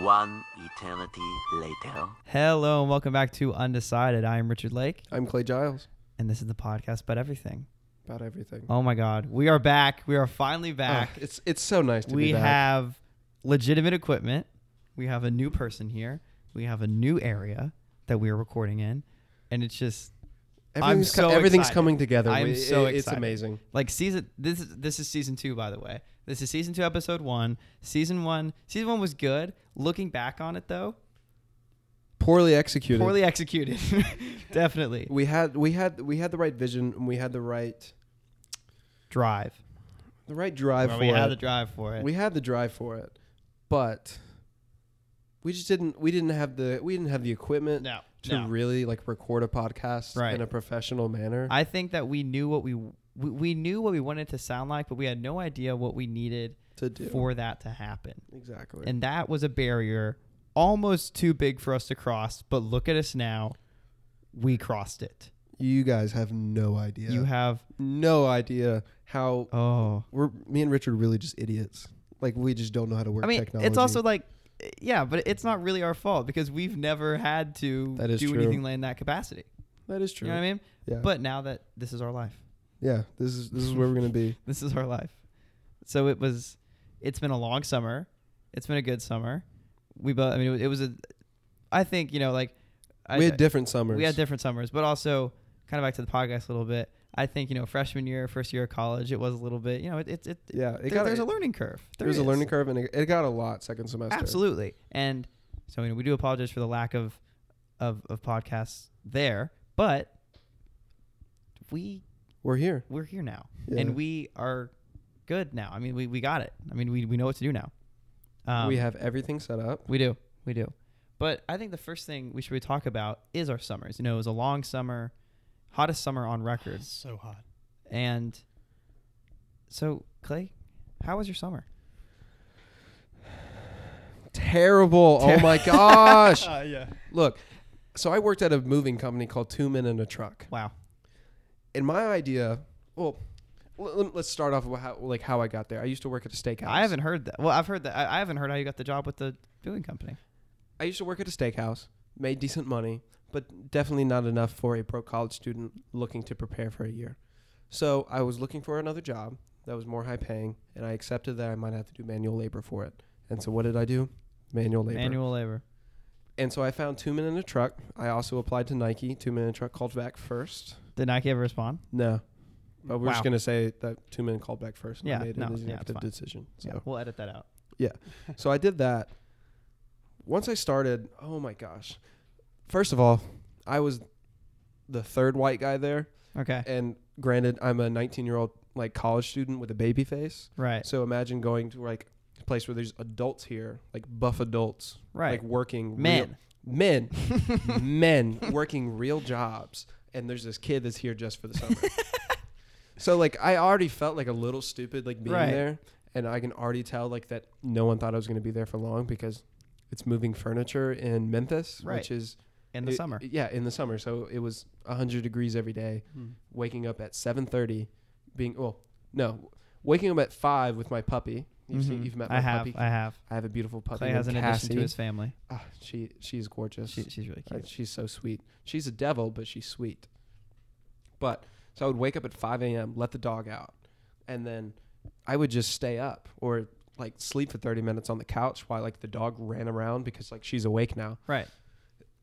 One eternity later. Hello and welcome back to Undecided. I am Richard Lake, I'm Clay Giles. and this is the podcast about everything. About everything. Oh my God, we are back. We are finally Oh, back. it's it's so nice to we be back. have legitimate equipment. We have a new person here. We have a new area that we are recording in, and it's just everything's, I'm so everything's excited. coming together. I'm We- so it- It's excited. amazing. like season. This is this is season two, by the way. This is season two, episode one. Season one. Season one was good. Looking back on it, though, Poorly executed. poorly executed. Definitely We had we had we had the right vision and we had the right drive. the right drive Well, for we had it. the drive for it. we had the drive for it, but we just didn't we didn't have the we didn't have the equipment no, to no. really like record a podcast Right. in a professional manner. I think that we knew what we, we we knew what we wanted to sound like, but we had no idea what we needed to do for that to happen. exactly. And that was a barrier almost too big for us to cross, but look at us now. We crossed it. you guys have no idea. You have no idea how oh. we're me and Richard are really just idiots. Like we just don't know how to work I mean, technology. it's also like yeah, but it's not really our fault because we've never had to That is do true. anything like in that capacity. that is true. You know what I mean? Yeah. But now that this is our life. yeah, this is this is where we're gonna be. This is our life. So it was. It's been a long summer. It's been a good summer. We both. I mean, it was a. I think you know, like I, we had different summers. we had different summers, but also kind of back to the podcast a little bit. I think you know, freshman year, first year of college, it was a little bit. You know, it it, it, yeah, it there- got there's it, a learning curve. there was a is. learning curve and it, it got a lot second semester. Absolutely. And so you know, we do apologize for the lack of of of podcasts there, but we We're here. we're here now Yeah. and we are good now i mean we, we got it i mean we, we know what to do now um, we have everything set up. we do we do but i think the first thing we should really talk about is our summers you know it was a long summer hottest summer on record So hot. and so clay how was your summer Terrible. oh my gosh. Uh, yeah. Look, so I worked at a moving company called Two Men in a Truck. wow And my idea, well, l- l- let's start off with how like how I got there. I used to work at a steakhouse. i haven't heard that well i've heard that I, I haven't heard how you got the job with the brewing company I used to work at a steakhouse, made decent money, but definitely not enough for a broke college student looking to prepare for a year. So I was looking for another job that was more high paying, and I accepted that I might have to do manual labor for it. And so what did I do? Manual labor. manual labor And so I found two men in a truck. I also applied to Nike. Two men in a truck called back first. did nike ever respond No. But we're Wow. just gonna say that two men called back first and I Yeah, made no, an yeah, it's executive fine. decision. So we'll edit that out So I did that. Once I started, oh my gosh. First of all, I was the third white guy there. okay And granted, I'm a 19 year old like college student with a baby face. right So imagine going to like a place where there's adults here, like buff adults, right like working real- men men, men working real jobs, and there's this kid that's here just for the summer. so like, I already felt like a little stupid like being Right. there, and I can already tell like that no one thought I was going to be there for long because it's moving furniture in Memphis, Right. which is in the it- summer Yeah, in the summer. So it was 100 degrees every day. Hmm. Waking up at 7:30, being well, no, waking up at five with my puppy. You've, seen, Mhm. you've met my I have. puppy. I have. I have a beautiful puppy. Clay named has an Cassie. addition to his family. Ah, she she's gorgeous. She, she's really Uh, cute. she's so sweet. She's a devil, but she's sweet. But so I would wake up at 5 a.m., let the dog out, and then I would just stay up or like sleep for 30 minutes on the couch while like the dog ran around because like she's awake now. Right.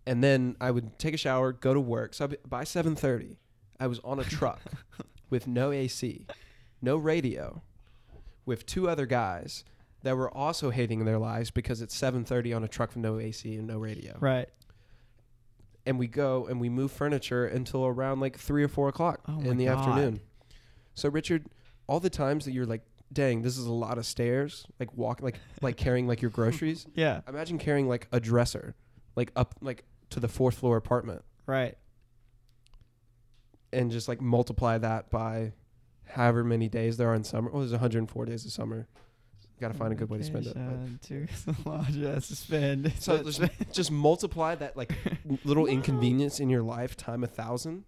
And then I would take a shower, go to work. So I'd be, by 7:30, I was on a truck with no AC, no radio, with two other guys that were also hating their lives because it's 7:30 on a truck with no AC and no radio Right. and we go and we move furniture until around like three or four o'clock Oh my in the God. afternoon. So Richard, all the times that you're like, dang, this is a lot of stairs, like walking, like like carrying like your groceries. Yeah. Imagine carrying like a dresser, like up like to the fourth floor apartment, Right. and just like multiply that by however many days there are in summer. Well, there's 104 days of summer. Got to find a good way to spend it. but- To to spend. So just, just multiply that like little inconvenience in your life time a thousand.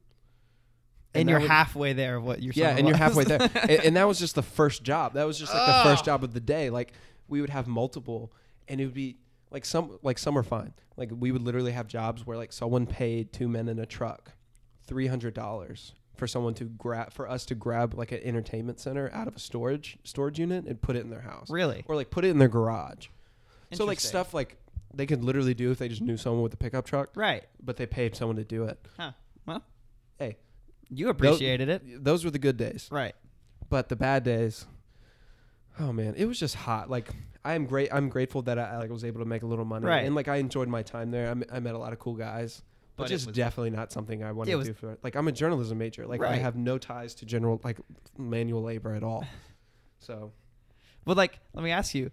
and that you're would- halfway there of what you're. Yeah, and you're halfway there. and, and that was just the first job. That was just like the first job of the day. Like we would have multiple, and it would be like some like some are fine. Like we would literally have jobs where like someone paid two men in a truck three hundred dollars for someone to grab for us to grab like an entertainment center out of a storage storage unit and put it in their house Really? or like put it in their garage. So like Interesting. stuff like they could literally do if they just knew someone with a pickup truck, Right. but they paid someone to do it. Huh. Well, Hey. you appreciated it, Those were the good days. right? but the bad days oh man it was just hot like i am great i'm grateful that i like was able to make a little money Right. and like i enjoyed my time there I m- I met a lot of cool guys but, But it just was- definitely not something i want It to was- do for like i'm a journalism major like i Right. have no ties to general like manual labor at all so But like, let me ask you: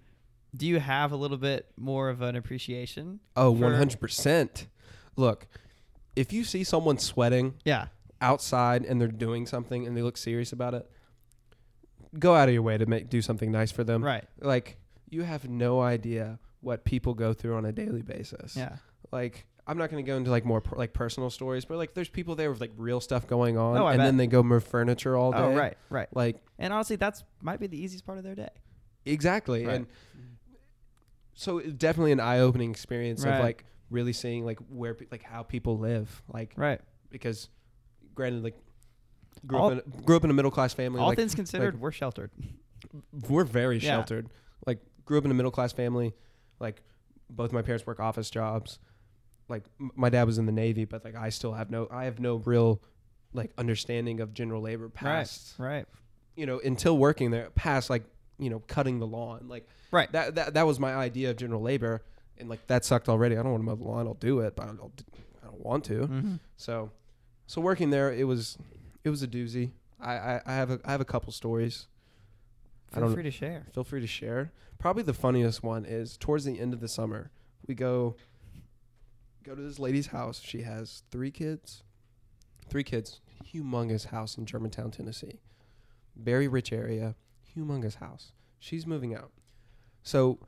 Do you have a little bit more of an appreciation? oh for- 100% look if you see someone sweating Yeah. outside and they're doing something and they look serious about it go out of your way to make do something nice for them Um, Right. like you have no idea what people go through on a daily basis. Yeah. Like I'm not going to go into like more per, like personal stories, but like there's people there with like real stuff going on, Oh, I and bet. then they go move furniture all day. Oh, right. Right. Like And honestly, that's might be the easiest part of their day. exactly, Right. and so it's definitely an eye-opening experience Right. of like really seeing like where pe- like how people live, like Right. because granted like. Grew All- up, in, grew up in a middle class family. All like, things considered, we're sheltered. we're very Yeah. sheltered. Like grew up in a middle class family. Like both my parents work office jobs. Like m- my dad was in the navy, but like I still have no I have no real like understanding of general labor past Right. you know until working there past like you know cutting the lawn like Right. that that that was my idea of general labor and like that sucked already. I don't want to mow the lawn. I'll do it, but I don't, I don't want to. Mhm. So, so working there, it was, it was a doozy. I, I, I have a, I have a couple stories. I Feel don't- free to share. Feel free to share. Probably the funniest one is towards the end of the summer, we go go to this lady's house. She has three kids. Three kids. Humongous house in Germantown, Tennessee. Very rich area. Humongous house. She's moving out. So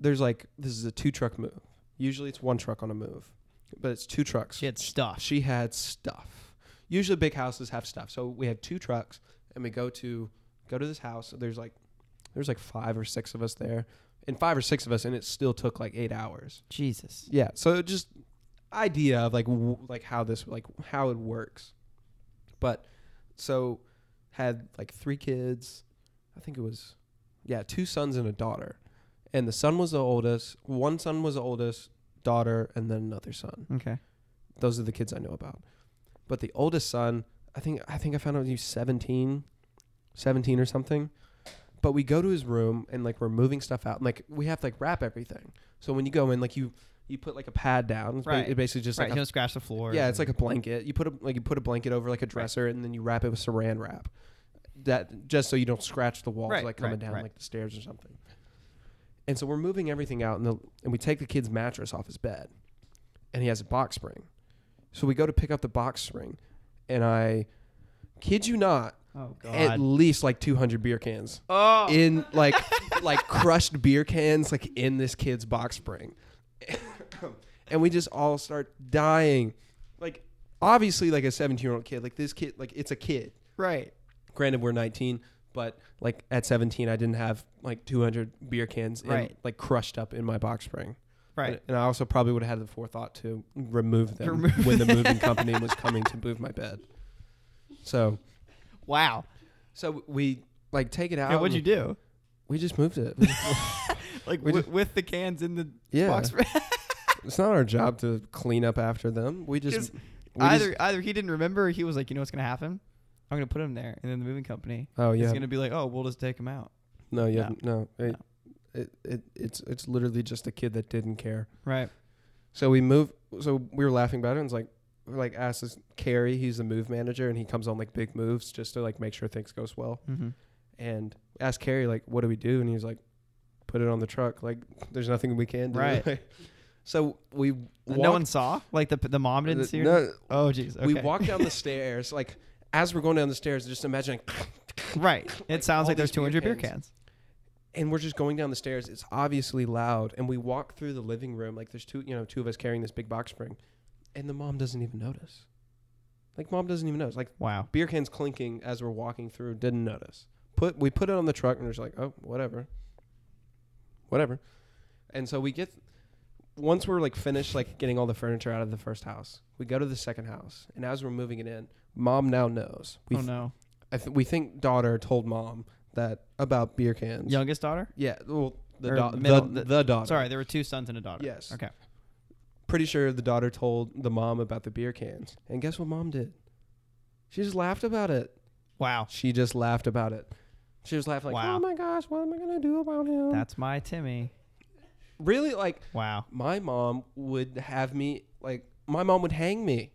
there's like this is a two truck move. Usually it's one truck on a move. But it's two trucks. She had stuff. She had stuff. Usually big houses have stuff. So we have two trucks and we go to go to this house. There's like there's like five or six of us there. And five or six of us and it still took like 8 hours. Jesus. Yeah. So it just idea of like w- like how this like how it works. But so had like three kids. I think it was yeah, two sons and a daughter. And the son was the oldest. One son was the oldest daughter and then another son Okay. those are the kids I know about. But the oldest son, I think I think I found out he was 17, 17 or something. But we go to his room and like we're moving stuff out and like we have to like wrap everything. So when you go in, like you you put like a pad down. It's ba- Right. It basically just right. like a- Don't scratch the floor. yeah, it's like a blanket. You put a like you put a blanket over like a dresser and then you wrap it with saran wrap. That just so you don't scratch the walls Right, like coming right, down right. like the stairs or something. And so we're moving everything out and the, and we take the kid's mattress off his bed. And he has a box spring. So we go to pick up the box spring and I kid you not, oh at God. least like 200 beer cans Oh. in like like crushed beer cans like in this kid's box spring and we just all start dying like obviously like a 17 year old kid like this kid like it's a kid right. granted we're 19 but like at 17 i didn't have like 200 beer cans in, Right. like crushed up in my box spring Right. and, and i also probably would have had the forethought to remove them Remove when the moving company was coming to move my bed so Wow. so we like take it out Yeah, what'd you do? and we just moved it Like We wi- just- with the cans in the Yeah. box. It's not our job to clean up after them. We just 'Cause we either just- either he didn't remember, or he was like, you know what's gonna happen? I'm gonna put him there, and then the moving company oh is yeah gonna be like, oh, we'll just take him out. no yeah no, It, No. It, it it's it's literally just a kid that didn't care. Right. So we move. So we were laughing about it. and It's like we're like asked this Carrie. He's the move manager, and he comes on like big moves just to like make sure things goes well. Mm-hmm. And asked Carrie like, "What do we do?" And he's like, "Put it on the truck. Like, there's nothing we can do." Right. so we No one saw. Like the the mom didn't see. Her? Uh, No, Oh, jeez. we okay. walk down the stairs. Like as we're going down the stairs, just imagine. Right. It like, sounds all like there's these beer 200 beer cans. cans. and we're just going down the stairs. It's obviously loud, and we walk through the living room. Like there's two, you know, two of us carrying this big box spring, and the mom doesn't even notice. Like mom doesn't even notice. Like Wow. beer cans clinking as we're walking through. Didn't notice. Put we put it on the truck, and we're just like, oh, whatever, whatever. And so we get once we're like finished like getting all the furniture out of the first house, we go to the second house, and as we're moving it in, mom now knows. We oh th- no, I th- we think daughter told mom that about beer cans. youngest daughter. Yeah. Well, the, Or da- middle- the- the, the daughter. Sorry, there were two sons and a daughter. Yes. Okay. Pretty sure the daughter told the mom about the beer cans, and guess what mom did? She just laughed about it. Wow. She just laughed about it. She was laughing like, Wow. "Oh my gosh, what am I gonna do about him?" That's my Timmy. really like Wow. my mom would have me like my mom would hang me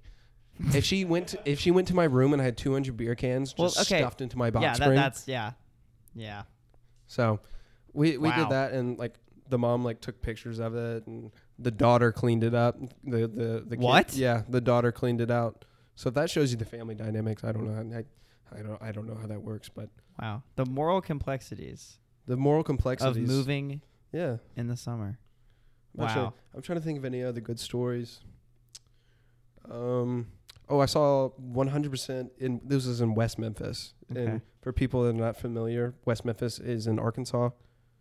if she went to, if she went to my room and I had 200 beer cans just Well, okay. stuffed into my box yeah, that, spring. that's yeah, yeah. so we we Wow. did that and like the mom like took pictures of it and the daughter cleaned it up the the the kid- What? yeah the daughter cleaned it out so if that shows you the family dynamics I don't know I, I don't I don't know how that works but Wow. The moral complexities the moral complexities of moving yeah in the summer. I'm not sure. Wow. I'm trying to think of any other good stories. Um, oh, I saw 100% in this is in West Memphis. And Okay. for people that are not familiar, West Memphis is in Arkansas.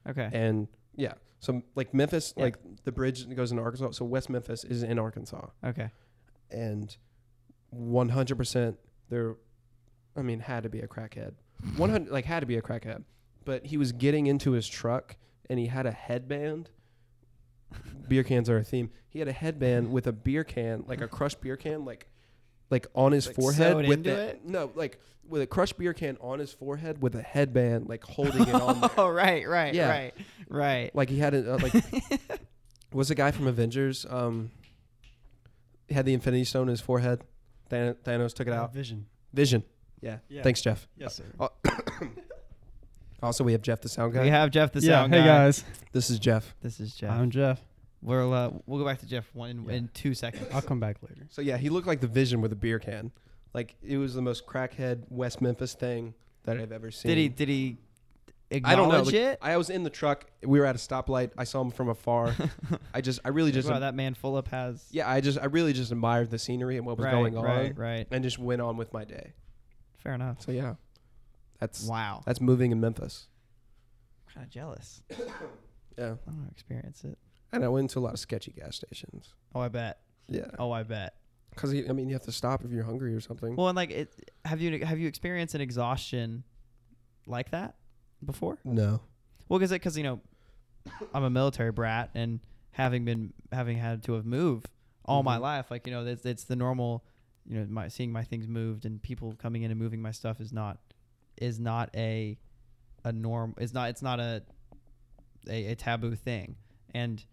Okay. And yeah, so like Memphis, Yeah. like the bridge that goes into Arkansas. So West Memphis is in Arkansas. Okay. And 100% there, I mean, had to be a crackhead. 100, like, had to be a crackhead. But he was getting into his truck and he had a headband. beer cans are a theme. He had a headband with a beer can, like a crushed beer can, like like on his Like forehead sewed with into the, it? no, like with a crushed beer can on his forehead with a headband, like holding it on. there. Oh right, right, Yeah. right, right. Like he had a uh, like was the guy from Avengers. Um, he had the Infinity Stone in his forehead. Than- Thanos took it out. Vision. Vision. Yeah. Yeah. Thanks, Jeff. Yes, sir. Also, we have Jeff the sound guy. We have Jeff the yeah. sound Hey guy. guys, this is Jeff. This is Jeff. I'm Jeff. we'll uh, we'll go back to Jeff one in, Yeah. in two seconds. I'll come back later. So yeah, he looked like the Vision with a beer can. Like it was the most crackhead West Memphis thing that I've ever seen. Did he did he I acknowledge don't know. like, it? I was in the truck. We were at a stoplight. I saw him from afar. I just, I really just, wow, that man Fulop has yeah, I just, I really just admired the scenery and what was right, going on, Right, right. and just went on with my day. Fair enough. So yeah, that's Wow. that's moving in Memphis. kind of jealous. Yeah, I want to experience it. and I went to a lot of sketchy gas stations. Oh, I bet. Yeah, Oh, I bet. because I mean, you have to stop if you're hungry or something. Well, and like, it, have you have you experienced an exhaustion like that before? no, Well, because because you know, I'm a military brat, and having been having had to have moved all my Mhm. life, like you know, it's, it's the normal. You know, my seeing my things moved and people coming in and moving my stuff is not is not a a norm. It's not it's not a a, a taboo thing, and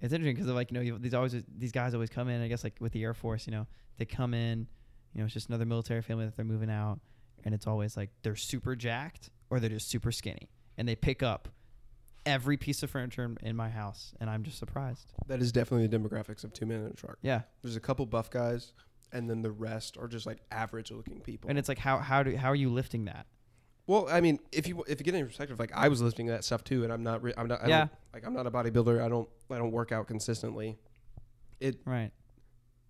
it's interesting because like you know you, these always these guys always come in. I guess like with the Air Force, you know, they come in. You know, it's just another military family that they're moving out, and it's always like they're super jacked or they're just super skinny, and they pick up every piece of furniture in, in my house, and I'm just surprised. that is definitely the demographics of two men in a truck. Yeah, There's a couple buff guys, and then the rest are just like average looking people. and it's like how how do how are you lifting that? Well, I mean, if you if you get in perspective, like I was lifting that stuff too, and I'm not, re- I'm not, I Yeah. don't, like I'm not a bodybuilder. I don't, I don't work out consistently. It Right.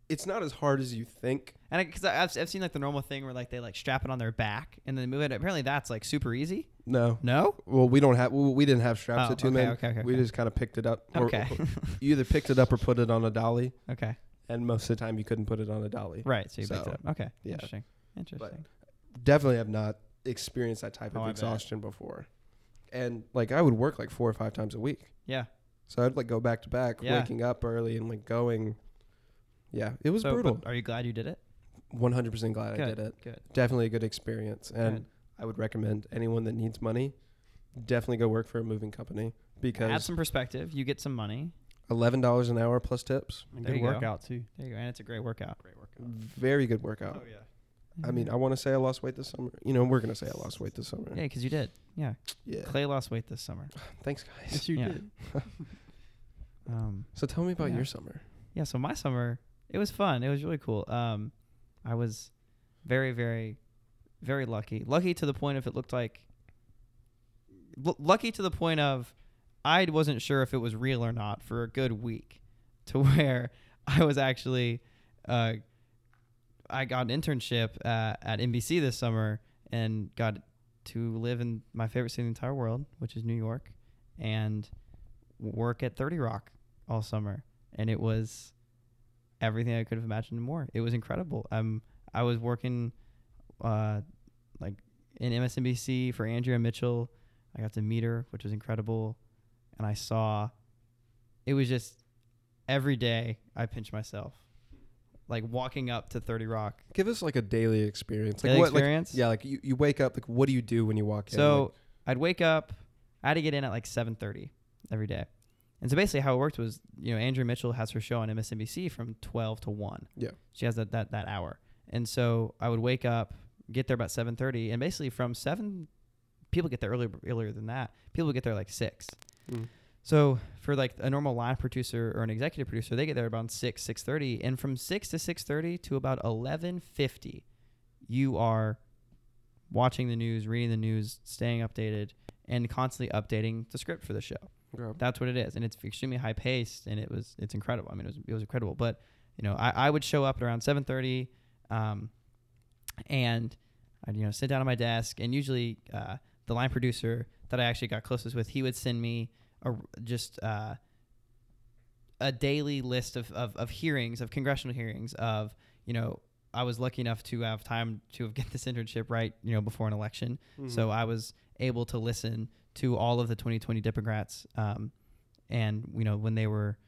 it's it's not as hard as you think. And because I've, I've seen like the normal thing where like they like strap it on their back and then move it. Apparently that's like super easy. No, No. well, we don't have, well, we didn't have straps Oh, at two okay, men. okay, okay, we okay. just kind of picked it up. or- Okay. you either picked it up or put it on a dolly, okay. and most of the time you couldn't put it on a dolly. Right. So you picked So, it up. Okay. yeah. Interesting. Interesting. Definitely have not experienced that type Oh, I of bet. exhaustion before, and like I would work like four or five times a week. yeah. So I'd like go back to back, Yeah. waking up early and like going. Yeah, it was So, but brutal. Are you glad you did it? One hundred percent glad I Good. did it. Good. Definitely a good experience, and Good. I would recommend anyone that needs money, definitely go work for a moving company Add because some perspective. You get some money. eleven dollars an hour plus tips, And There good you go. workout too. There you go. And it's a great workout. Great workout. Oh, very good workout. yeah. I mean, I want to say I lost weight this summer. You know, we're gonna say I lost weight this summer. Mm-hmm. Yeah, because you did. Yeah. Yeah. Clay lost weight this summer. Thanks, guys. Yes, you Yeah. did. Um, So tell me about Yeah. your summer. yeah. So my summer, it was fun. It was really cool. Um, I was very, very, very lucky. Lucky to the point of it looked like. L- lucky to the point of, I wasn't sure if it was real or not for a good week, to where I was actually, uh, I got an internship uh, at NBC this summer and got to live in my favorite city in the entire world, which is New York, and work at Thirty Rock all summer and it was everything I could have imagined and more. It was incredible. Um, I was working, uh, like in MSNBC for Andrea Mitchell. I got to meet her, which was incredible, and I saw. It was just every day I pinched myself, like walking up to Thirty Rock. Give us like a daily experience. Like Daily what, like- experience? yeah, like you, you wake up. Like, what do you do when you walk in? So Like, I'd wake up. I had to get in at like 7:30 every day. And so basically, how it worked was, you know, Andrew Mitchell has her show on MSNBC from 12 to 1. Yeah. She has that that, that hour. And so I would wake up, get there about 7:30, and basically from 7 people get there earlier earlier than that. People get there like 6. Mm. So for like a normal live producer or an executive producer, they get there about 6, 6.30. And from 6 to 6.30 to about 11.50, you are watching the news, reading the news, staying updated, and constantly updating the script for the show. okay. That's what it is. And it's extremely high paced and it was, it's incredible. I mean, it was, it was incredible. But, you know, I, I would show up at around 7.30 um, and I'd, you know, sit down at my desk and usually uh, the line producer that I actually got closest with, he would send me a, just uh, a daily list of, of, of hearings, of congressional hearings, of, you know, I was lucky enough to have time to have get this internship right, you know, before an election. So I was able to listen to all of the 2020 Democrats, um, and you know when they were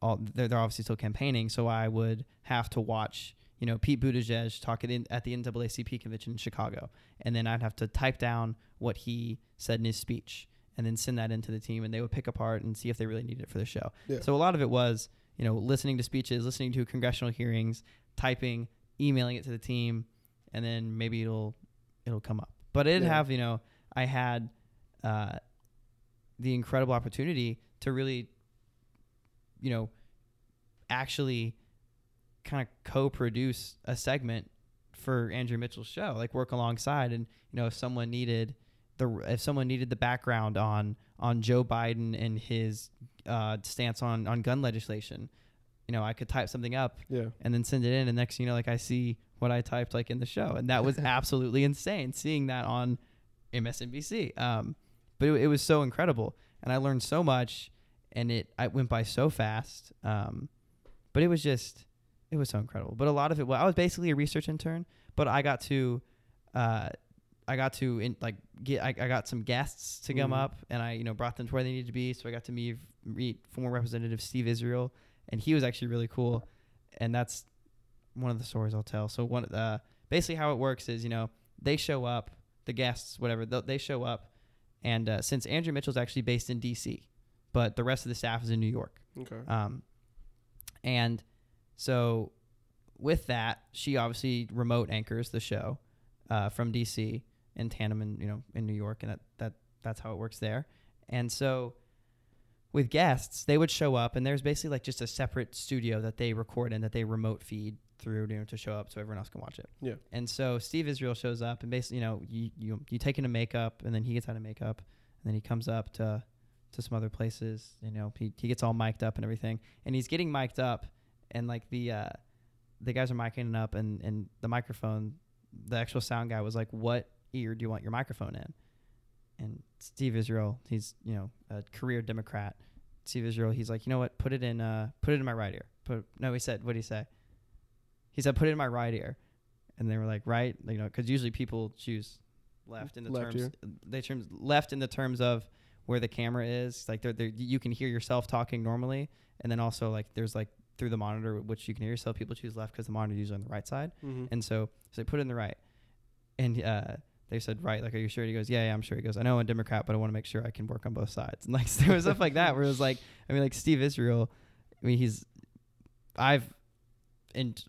all they're, they're obviously still campaigning. So I would have to watch you know Pete Buttigieg talking in, at the NAACP convention in Chicago, and then I'd have to type down what he said in his speech, and then send that into the team, and they would pick apart and see if they really needed it for the show. Yeah. So a lot of it was you know listening to speeches, listening to congressional hearings, typing, emailing it to the team, and then maybe it'll it'll come up. But I did Yeah. have, you know, I had uh, the incredible opportunity to really, you know, actually kind of co-produce a segment for Andrew Mitchell's show, like work alongside. And you know, if someone needed the if someone needed the background on on Joe Biden and his uh, stance on on gun legislation, you know, I could type something up yeah, and then send it in and next thing you know like i see what i typed like in the show and that was absolutely insane seeing that on msnbc um, but it, it was so incredible and i learned so much and it i went by so fast um, but it was just it was so incredible but a lot of it well i was basically a research intern but i got to uh, i got to in, like get I, I got some guests to come Mhm. up and i you know brought them to where they needed to be so i got to meet, meet former representative steve israel and he was actually really cool and that's one of the stories I'll tell. So one, uh, basically how it works is, you know, they show up, the guests, whatever, th- they show up, and uh, since Andrew Mitchell's actually based in D.C., but the rest of the staff is in New York. okay, Um, and so with that, she obviously remote anchors the show uh, from DC and Tandem, and you know, in New York, and that that that's how it works there. And so with guests, they would show up, and there's basically like just a separate studio that they record in that they remote feed through you know, to show up so everyone else can watch it. Yeah. And so Steve Israel shows up, and basically, you know, you you, you take into makeup, and then he gets out of makeup, and then he comes up to to some other places. You know, he, he gets all mic'd up and everything, and he's getting mic'd up, and like the uh, the guys are micing it up, and and the microphone, the actual sound guy was like, "What ear do you want your microphone in?" And Steve Israel, he's you know a career Democrat. Steve Israel, he's like, you know what? Put it in, uh, put it in my right ear. Put no, he said, what did he say? He said, put it in my right ear, and they were like, right, you know, because usually people choose left in the Left terms ear. they terms left in the terms of where the camera is. Like they're, they're, you can hear yourself talking normally, and then also like there's like through the monitor which you can hear yourself. People choose left because the monitor is usually on the right side. mm-hmm. And so, so they put it in the right. And uh, they said, right, like, are you sure? He goes, yeah, yeah, I'm sure. He goes, I know I'm a Democrat, but I want to make sure I can work on both sides. And like, there was stuff like that where it was like, I mean, like Steve Israel, I mean, he's, I've, and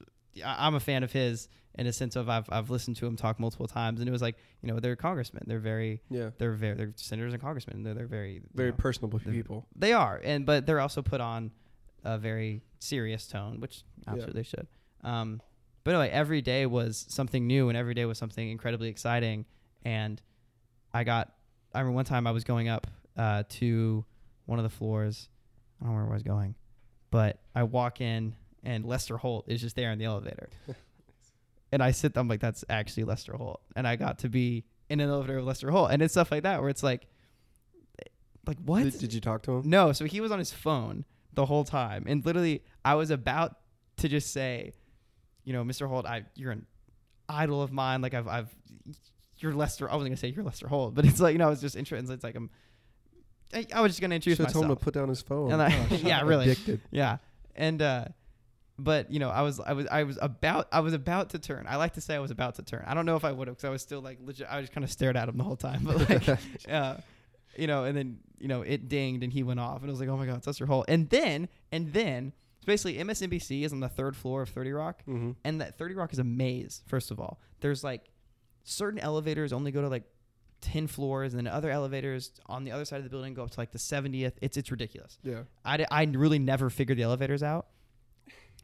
I- I'm a fan of his in a sense of I've, I've listened to him talk multiple times. And it was like, you know, they're congressmen. They're very, yeah, they're very, they're senators and congressmen. They're, they're very, you very know, personable the- people. they are, and but they're also put on a very serious tone, which Yeah. absolutely should. Um, but anyway, every day was something new, and every day was something incredibly exciting. And I got, I remember one time I was going up uh, to one of the floors. I don't remember where I was going, but I walk in, and Lester Holt is just there in the elevator. and I sit, I'm like, that's actually Lester Holt. And I got to be in an elevator with Lester Holt. And it's stuff like that where it's like, like what? Did, did you talk to him? No, so he was on his phone, the whole time. And literally, I was about to just say, you know, Mr. Holt, I you're an idol of mine. Like I've I've you're Lester. I wasn't gonna say you're Lester Holt, but it's like you know, I was just interested. It's like I'm. I, I was just gonna introduce Should have told him to myself. put down his phone. And I- Gosh, yeah, I'm really. Addicted. Yeah, and uh, but you know, I was I was I was about I was about to turn. I like to say I was about to turn. I don't know if I would have because I was still like legit. I just kind of stared at him the whole time, but like uh, you know, and then you know it dinged and he went off, and it was like, oh my god, it's Lester Holt. And then and then basically MSNBC is on the third floor of Thirty Rock, hmm and that Thirty Rock is a maze. First of all, there's like certain elevators only go to like. 10 floors and then other elevators on the other side of the building go up to like the 70th it's it's ridiculous Yeah. I, di- I really never figured the elevators out.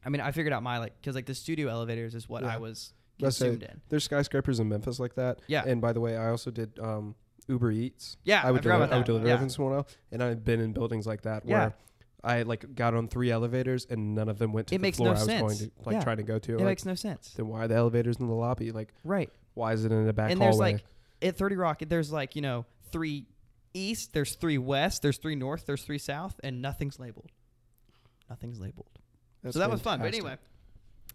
I mean, I figured out my like because like the studio elevators is what Yeah. I was Let's say- consumed in. There's skyscrapers in Memphis like that. Yeah. And by the way, I also did um, Uber Eats. Yeah, I would forgot deliver, about I would that. deliver Yeah. every once in a while, and I've been in buildings like that where I like got on three elevators and none of them went to It the makes floor no I was going sense. to like Yeah. trying to go to. It Like, makes no sense, then why are the elevators in the lobby? Like right? why is it in the back and hallway? there's like at Thirty Rock, there's like you know three east, there's three west, there's three north, there's three south, and nothing's labeled. Nothing's labeled. That's so that was fun. But fantastic. anyway,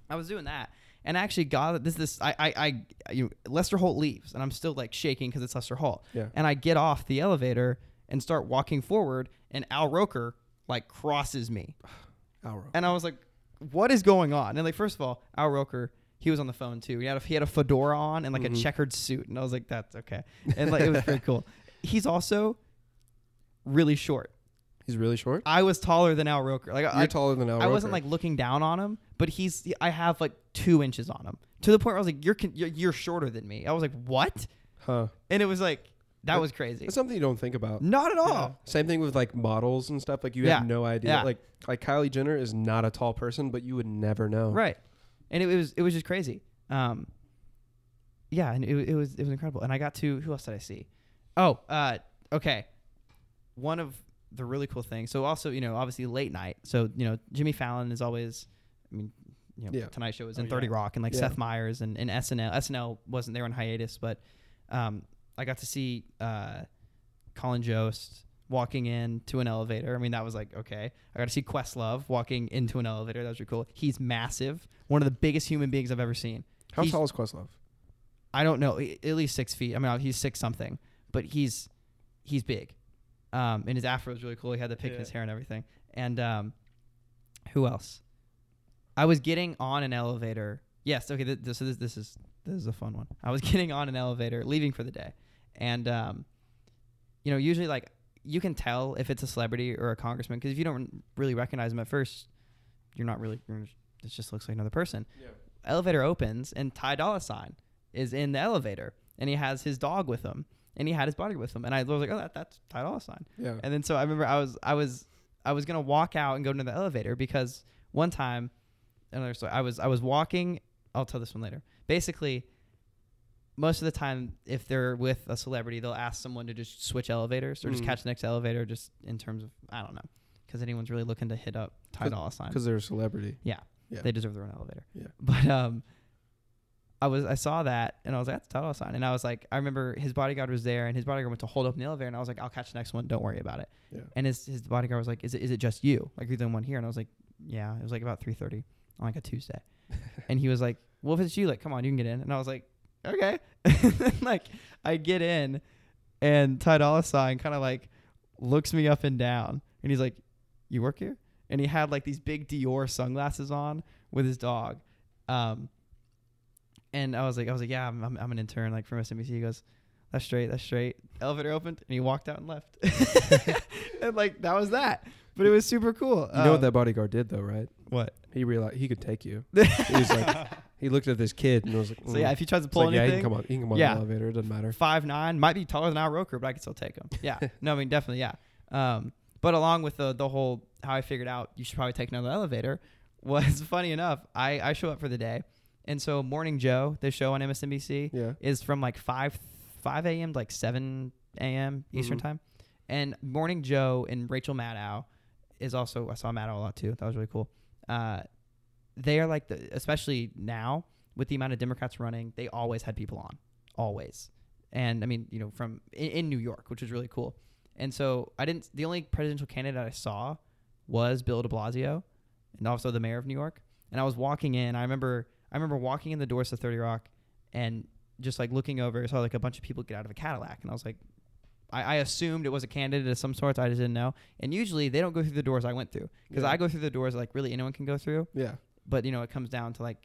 I was doing that and I actually got this. This I I, I you know, Lester Holt leaves, and I'm still like shaking because it's Lester Holt. Yeah. And I get off the elevator and start walking forward, and Al Roker like crosses me, Alro. and I was like, "What is going on?" And like, first of all, Al Roker. He was on the phone too. He had a, he had a fedora on and like a Mhm. checkered suit, and I was like, "That's okay." And like, it was pretty cool. He's also really short. He's really short. I was taller than Al Roker. Like You're I, taller than Al I wasn't Roker. like looking down on him, but he's I have like two inches on him to the point where I was like, "You're con- you're, you're shorter than me." I was like, "What?" huh? And it was like that That- was crazy. That's something you don't think about. Not at all. Same thing with like models and stuff. Like you have Yeah. no idea. Yeah. Like like Kylie Jenner is not a tall person, but you would never know. Right. And it, was it was just crazy. Um, yeah, and it, wa- it was it was incredible. And I got to who else did I see? Oh, uh, okay. One of the really cool things. So also, you know, obviously late night. So you know, Jimmy Fallon is always. I mean, you know, Yeah. Tonight Show was Oh, in Thirty yeah. Rock, and like Yeah. Seth Meyers and, and SNL. SNL wasn't there on hiatus, but um, I got to see uh, Colin Jost walking in to an elevator. I mean, that was like okay. I got to see Questlove walking into an elevator. That was really cool. He's massive, one of the biggest human beings I've ever seen. How He's- tall is Questlove? I don't know, i- at least six feet. I mean, he's six something, but he's he's big, um, and his afro is really cool. He had the pick in his Yeah. hair and everything. And um, who else? I was getting on an elevator. Yes, okay. Th- this, so this this is this is a fun one. I was getting on an elevator, leaving for the day, and um, you know, usually like you can tell if it's a celebrity or a congressman because if you don't really recognize them at first, you're not really. You're just, it just looks like another person elevator opens and Ty Dolla Sign is in the elevator and he has his dog with him and he had his bodyguard with him and I was like, oh, that, that's Ty Dolla Sign. Yeah. And then so I remember I was I was I was gonna walk out and go into the elevator because one time another story I was I was walking. I'll tell this one later. Basically, most of the time, if they're with a celebrity, they'll ask someone to just switch elevators or just Mhm. catch the next elevator. Just in terms of I don't know, because anyone's really looking to hit up Ty Dolla Sign Because they're a celebrity. Yeah. they deserve their own elevator. Yeah. But um, I was I saw that and I was like, that's a title sign. And I was like, I remember his bodyguard was there and his bodyguard went to hold open the elevator and I was like, I'll catch the next one. Don't worry about it. Yeah. And his his bodyguard was like, is it is it just you? Like you're the only one here? And I was like, yeah. It was like about three thirty on like a Tuesday. and he was like, well, if it's you, like, come on, you can get in. And I was like, okay. And then, like I get in and Ty Dolla Sign kind of like looks me up and down and he's like, you work here? And he had like these big Dior sunglasses on with his dog. Um, and I was like, I was like, yeah, I'm, I'm, I'm an intern, like from SMBC. He goes, that's straight, that's straight. Elevator opened, and he walked out and left. and like that was that, but it was super cool. Um, You know what that bodyguard did though, right? What? He realized he could take you. he was like, he looked at this kid and was like, So yeah, "Mm." if he tries to It's pull like, yeah, he anything, can come on, he can come on Yeah. the elevator. It doesn't matter. five nine, might be taller than Al Roker, but I could still take him. Yeah, no, I mean definitely, yeah. Um, but along with the the whole how I figured out you should probably take another elevator was funny enough. I I show up for the day, and so Morning Joe, the show on MSNBC, Yeah. is from like five five a.m. to like seven a.m. Eastern Mhm. time, and Morning Joe and Rachel Maddow is also I saw Maddow a lot too. That was really cool. Uh, they are like the especially now with the amount of Democrats running, they always had people on, always. And I mean, you know, from in, in New York, which was really cool. And so I didn't. The only presidential candidate I saw was Bill de Blasio and also the mayor of New York. And I was walking in. I remember I remember walking in the doors to 30 Rock and just like looking over, I saw like a bunch of people get out of a Cadillac. And I was like, I, I assumed it was a candidate of some sort. I just didn't know. And usually they don't go through the doors I went through because Yeah. I go through the doors like really anyone can go through. Yeah. But, you know, it comes down to like,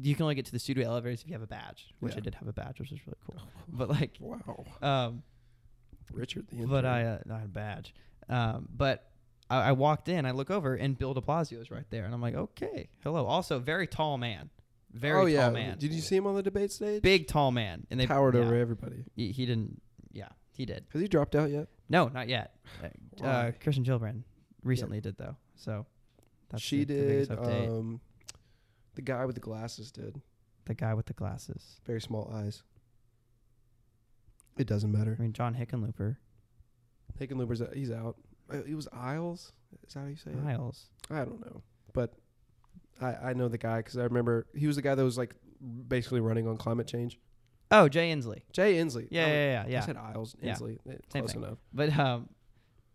you can only get to the studio elevators if you have a badge, which Yeah. Oh, I did have a badge, which was really cool. But like, Wow. um, Richard the but intern. I uh, not a badge. Um, but I, I walked in, I look over, and Bill De Blasio is right there, and I'm like, okay, hello. Also, very tall man, very oh tall yeah. man, Did you see him on the debate stage? big tall man, and they Powered yeah, over everybody. He, he didn't. Yeah, he did. Has he dropped out yet? No, not yet. Uh, uh, Why? Christian Gillibrand recently did though, so that's she the, the biggest did. update. um, the guy with the glasses did. the guy with the glasses. Very small eyes. It doesn't matter. I mean, John Hickenlooper, Hickenlooper's uh, he's out. Uh, It was Isles. Is that how you say it? Miles. I don't know, but I I know the guy because I remember he was the guy that was like basically running on climate change. Oh, Jay Inslee. Jay Inslee. Yeah, I yeah, yeah, was- yeah. I said Isles Yeah. Inslee. Eh, Same Close thing. enough. But um,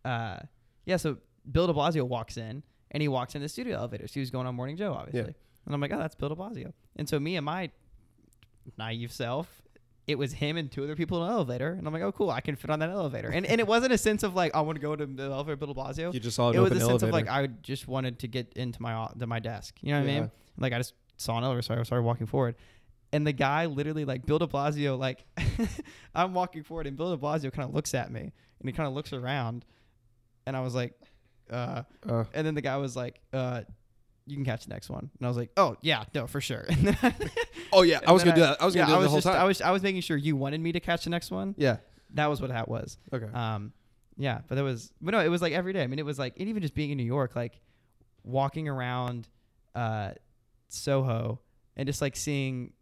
uh, yeah. So Bill De Blasio walks in, and he walks in the studio elevators. He was going on Morning Joe, obviously. And I'm like, oh, that's Bill De Blasio. And so me and my naive self, it was him and two other people in an elevator. And I'm like, oh, cool, I can fit on that elevator. And and it wasn't a sense of like I want to go to the elevator, Bill De Blasio. You just saw It was a sense of like I just wanted to get into my o- to my desk. You know what I Yeah. mean? Like I just saw an elevator, so I started walking forward. And the guy literally like Bill De Blasio, like I'm walking forward, and Bill De Blasio kind of looks at me, and he kind of looks around, and I was like, uh, uh, and then the guy was like, uh, you can catch the next one, and I was like, oh yeah, no for sure. And then I, oh yeah, I was and gonna then do that. I was gonna yeah, do it the whole just, time. I was I was making sure you wanted me to catch the next one. yeah. That was what that was. Okay. Um, yeah, but that was, but no, it was like every day. I mean, it was like, and even just being in New York, like walking around uh, Soho and just like seeing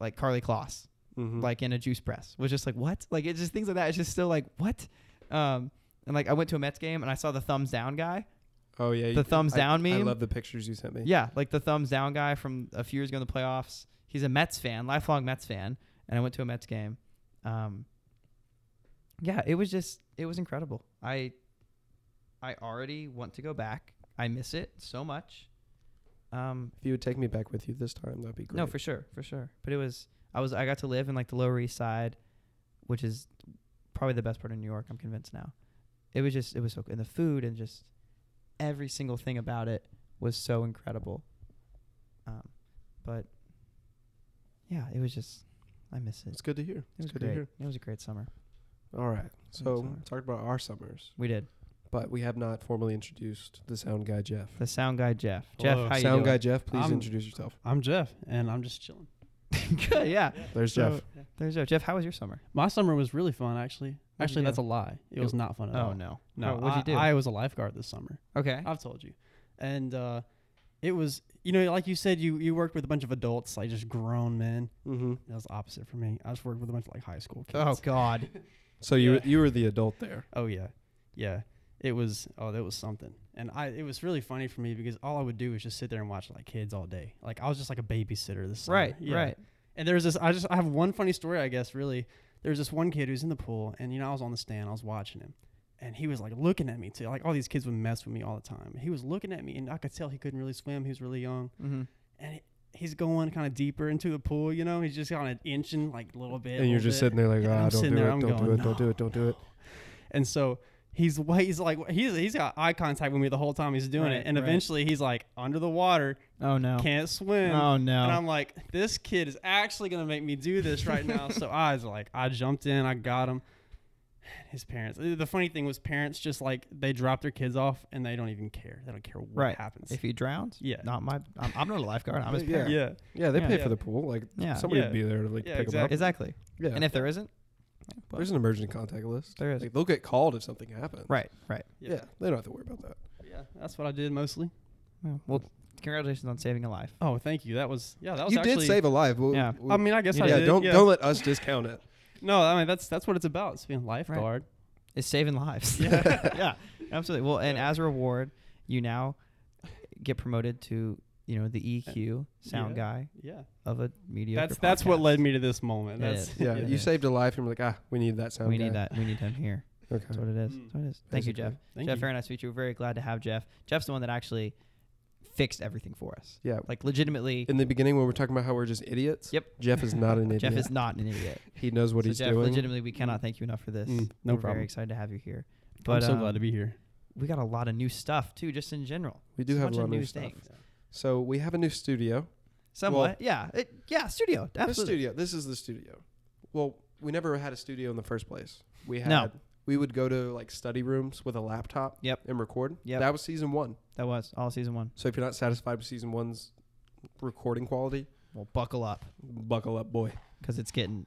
like Carly Kloss, Mhm. like in a juice press, was just like, what? Like, it's just things like that. It's just still like, what? Um, and like, I went to a Mets game and I saw the thumbs down guy. oh yeah, the thumbs I- down I meme? love the pictures you sent me. Yeah, like the thumbs down guy from a few years ago in the playoffs. He's a Mets fan, lifelong Mets fan, and I went to a Mets game. Um, yeah, it was just it was incredible. I I already want to go back. I miss it so much. Um, If you would take me back with you this time, that'd be great. no, for sure, for sure. But it was I was I got to live in like the Lower East Side, which is probably the best part of New York. I'm convinced now. It was just it was so and the food and just every single thing about it was so incredible. Um, but yeah, it was just I miss it. it's good to hear. It was good to great. hear. It was a great summer. All right. So summer. talked about our summers, We did but we have not formally introduced the sound guy Jeff. the sound guy Jeff. Jeff, Hello. how sound you guy doing? Jeff, please I'm- introduce yourself. I'm Jeff, and I'm just chilling. Good, yeah. There's So- Jeff. There's Jeff. Jeff, how was your summer? My summer was really fun, actually. What'd you actually, that's do? a lie. It You- was not fun at Oh all. no, No, Oh, what'd you do? I, I was a lifeguard this summer. okay. I've told you, and uh, it was you know like you said you you worked with a bunch of adults, like just grown men. Mm-hmm. That was opposite for me. I just worked with a bunch of like high school kids. Oh God, So you Yeah. you were the adult there. Oh yeah, yeah. It was oh that was something, and I it was really funny for me because all I would do is just sit there and watch like kids all day. Like I was just like a babysitter this summer. right, Yeah. right. And there's this I just I have one funny story I guess really. There's this one kid who's in the pool, and you know I was on the stand, I was watching him, and he was like looking at me too. Like all these kids would mess with me all the time. He was looking at me, and I could tell he couldn't really swim. He was really young, Mm-hmm. and he, he's going kind of deeper into the pool. You know, he's just kind of inching like a little bit. and you're little just bit. sitting there like, And ah, I'm don't do sitting there, it, I'm don't do going, it, don't do it, don't do it. And so he's wa- he's like he's he's got eye contact with me the whole time he's doing Right, it. And right. eventually he's like under the water, Oh no. can't swim. Oh no. And I'm like, this kid is actually gonna make me do this right now. so I was like, I jumped in, I got him. His parents. The funny thing was, parents just like they drop their kids off and they don't even care. They don't care what Right. happens. If he drowns, Yeah. not my. I'm, I'm not a lifeguard. I'm his Yeah. parent. yeah, Yeah, they Yeah. pay Yeah. for the pool. Like Yeah. somebody Yeah. would be there to like Yeah, pick them Exactly. up. Yeah. And if there isn't, well, There's an emergency contact list. there is. Like they'll get called if something happens. right. Right. yeah, Yeah. They don't have to worry about that. yeah. That's what I did mostly. Yeah. Well, congratulations on saving a life. Oh, thank you. That was yeah. That was you actually. did save a life. Well, Yeah. well, I mean, I guess I yeah, did. don't yeah. don't let us discount it. No, I mean that's that's what it's about. It's being a lifeguard. It's saving lives. Yeah. yeah. Absolutely. Well, and as a reward, you now get promoted to you know the EQ sound Yeah. guy Yeah, of a mediocre. that's that's what podcast. led me to this moment. Yeah, That's Yeah, Yeah. you saved a life, and we're like, ah, we need that sound. we guy. need that. We need him here. Okay. That's what it is. Mm. That's what it is. Thank you, Basically. Jeff. Thank Jeff, you. very nice to meet you. We're very glad to have Jeff. Jeff's the one that actually fixed everything for us. Yeah. Like legitimately, In the beginning, when we're talking about how we're just idiots. Yep. Jeff is not an idiot. Jeff is not an idiot. He knows what so he's Jeff, doing. legitimately, we cannot thank you enough for this. Mm, no We're problem. Very excited to have you here. I'm But so um, glad to be here. we got a lot of new stuff too, just in general. we do So have much a lot of new new stuff. things. So we have a new studio. Somewhat, yeah, it, yeah. Studio, This absolutely. studio. This is the studio. Well, we never had a studio in the first place. We had. No. We would go to like study rooms with a laptop. Yep. And record. Yep. That was season one. That was all season one. So if you're not satisfied with season one's recording quality, Well, buckle up buckle up, boy. because it's getting,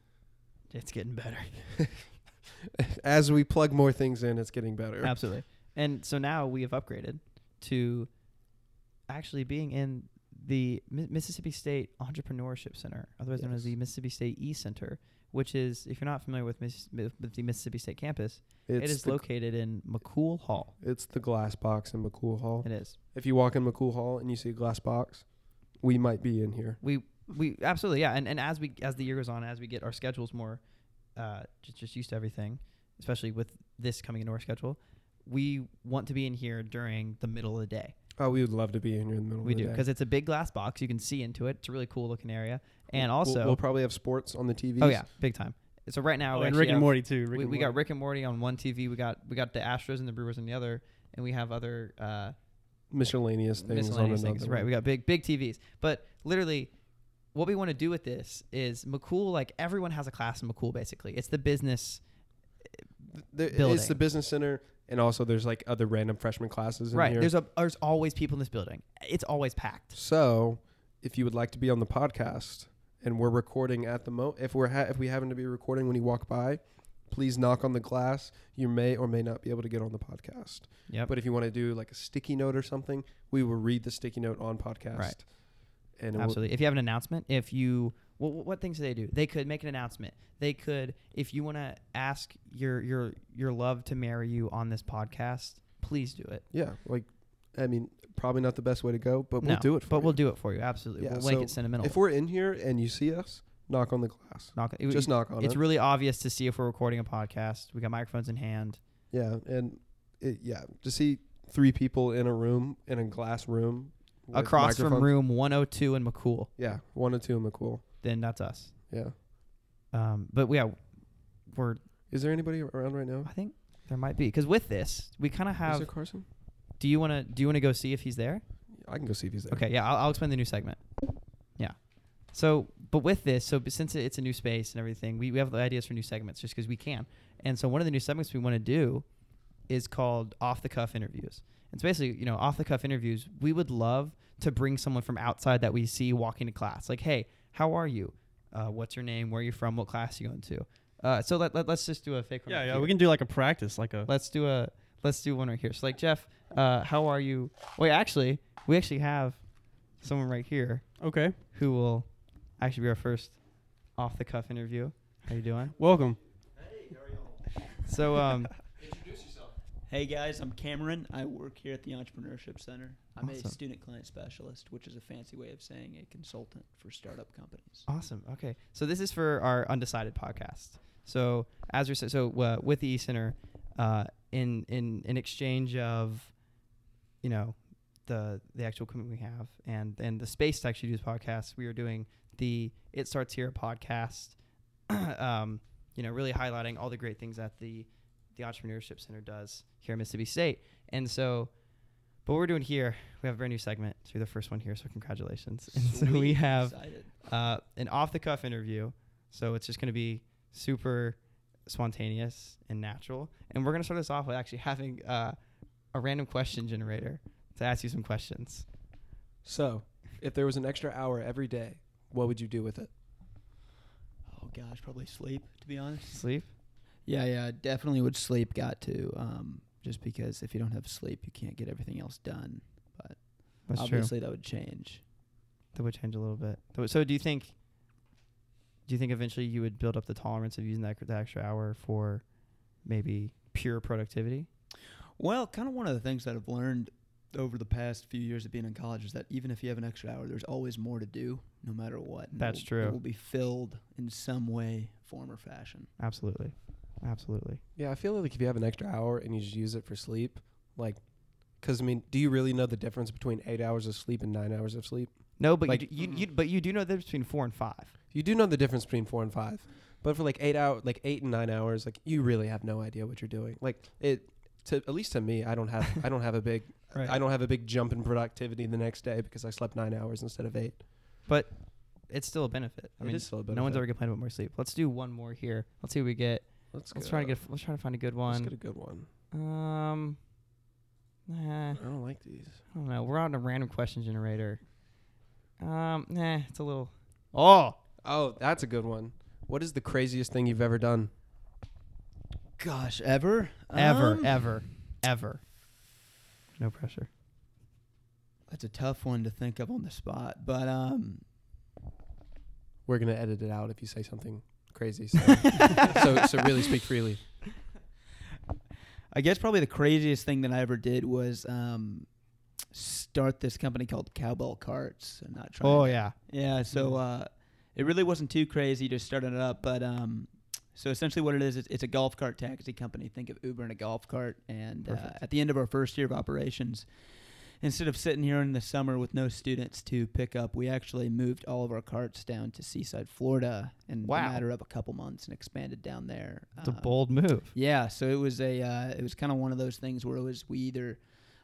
it's getting better. As we plug more things in, it's getting better. Absolutely. And so now we have upgraded to actually being in the Mi- Mississippi State Entrepreneurship Center, otherwise known as the Yes. Mississippi State E Center, which is, if you're not familiar with, Miss, with the Mississippi State campus, It's it is the, located in McCool Hall. It's the glass box in McCool Hall. It is. If you walk in McCool Hall and you see a glass box, we might be in here. We we absolutely yeah, and and as we as the year goes on, as we get our schedules more uh, just just used to everything, especially with this coming into our schedule, we want to be in here during the middle of the day. Oh, we would love to be in here in the middle We of the do day. because it's a big glass box. You can see into it. It's a really cool looking area, and We'll- also we'll, probably have sports on the TV. oh yeah, big time. So right now, Oh, we and actually Rick and have- Morty too. Rick we, and we got Morty. Rick and Morty on one TV. We got we got the Astros and the Brewers on the other, and we have other uh, miscellaneous things miscellaneous on another. things. Right, we got big big TVs. But literally, what we want to do with this is McCool. Like everyone has a class in McCool. Basically, it's the business. There- it's the building. business center, and also there's like other random freshman classes in right. here. There's a there's always people in this building. It's always packed. so, if you would like to be on the podcast, and we're recording at the mo, if we're ha- if we happen to be recording when you walk by, please knock on the glass. You may or may not be able to get on the podcast. Yep. But if you want to do like a sticky note or something, we will read the sticky note on podcast. Right. And it will- Absolutely. If you have an announcement, if you what, what- what things do they do? They could make an announcement. They could, if you want to ask your your your love to marry you on this podcast, please do it. yeah, like I mean, probably not the best way to go, but we'll No, do it. For But you. we'll do it for you. Absolutely. Yeah, we'll make so it sentimental. If we're in here and you see us, knock on the glass. Knock- it- Just knock on it's it. really obvious to see if we're recording a podcast. We got microphones in hand. yeah, and it, yeah, to see three people in a room in a glass room with Across from microphones- room 102 in McCool, Yeah, one or two in McCool. then that's us. Yeah. Um, but yeah, we're Is there anybody around right now? I think there might be because with this we kind of Is have. there Carson? Do you want to do you want to go see if he's there? I can go see if he's there. Okay, yeah, I'll, I'll explain the new segment. Yeah. So, but with this, so b- since it's a new space and everything, we, we have the ideas for new segments just because we can. And so, one of the new segments we want to do is called off the cuff interviews. It's basically, you know, off the cuff interviews. We would love to bring someone from outside that we see walking to class. Like, hey, how are you? Uh, what's your name? Where are you from? What class you going to? Uh, so let, let, us just do a fake one. Yeah, right yeah. here. We can do like a practice, like a. Let's do a let's do one right here. So like Jeff, uh, how are you? Wait, actually, we actually have someone right here Okay. who will actually be our first off the cuff interview. How you doing? Welcome. So um Hey guys, I'm Cameron. I work here at the Entrepreneurship Center. I'm Awesome. a student client specialist, which is a fancy way of saying a consultant for startup companies. awesome. Okay. So this is for our undecided podcast. So as you're sa- so uh, with the e-center uh, in in in exchange of you know the the actual commitment we have and and the space to actually do this podcast, we are doing the It Starts Here podcast. um, you know, really highlighting all the great things that the the Entrepreneurship Center does here at Mississippi State. And so, but what we're doing here, we have a brand new segment. So you're the first one here, so congratulations. And so we Sweet, have excited. uh, an off the cuff interview. So it's just going to be super spontaneous and natural. And we're going to start this off with actually having uh, a random question generator to ask you some questions. So, if there was an extra hour every day, what would you do with it? Oh gosh, probably sleep. To be honest. Sleep? Yeah, yeah, definitely would sleep. Got to um, just because if you don't have sleep, you can't get everything else done. That's Obviously, that would change. That would change a little bit. That would- So do you think? Do you think eventually you would build up the tolerance of using that, that extra hour for maybe pure productivity? Well, kind of one of the things that I've learned over the past few years of being in college is that even if you have an extra hour, there's always more to do, no matter what. and it That's will- true. It will be filled in some way, form, or fashion. Absolutely. Absolutely. Yeah, I feel like if you have an extra hour and you just use it for sleep, like, because I mean, do you really know the difference between eight hours of sleep and nine hours of sleep? No, but Like- you, do, you, you but you do know the difference between four and five. You do know the difference between four and five, but for like eight hour, like eight and nine hours, like you really have no idea what you're doing. Like it, to at least to me, I don't have, I don't have a big, Right. I don't have a big jump in productivity the next day because I slept nine hours instead of eight. But it's still a benefit. I It mean, is still a no one's benefit. ever complained about more sleep. Let's do one more here. Let's see what we get. Let's try to get. Let's try to find a good Let's one. get a good one. Um, nah, I I don't like these. don't know. We're on a random question generator. Um, nah, it's a little. Oh Oh, that's a good one. What is the craziest thing you've ever done? Gosh, ever, ever, Um, ever, ever. No pressure. That's a tough one to think of on the spot, but um, We're gonna edit it out if you say something crazy. So, so, so really speak freely. I guess probably the craziest thing that I ever did was um, start this company called Cowbell Carts. I'm not trying. Oh to- yeah. Yeah, so uh, it really wasn't too crazy just starting it up, but um, so essentially what it is, it's, it's a golf cart taxi company. Think of Uber and a golf cart. And uh, Perfect. at the end of our first year of operations, instead of sitting here in the summer with no students to pick up, we actually moved all of our carts down to Seaside, Florida, in Wow. a matter of a couple months, and expanded down there. It's a Uh, bold move. yeah, so it was a uh, it was kind of one of those things where it was we either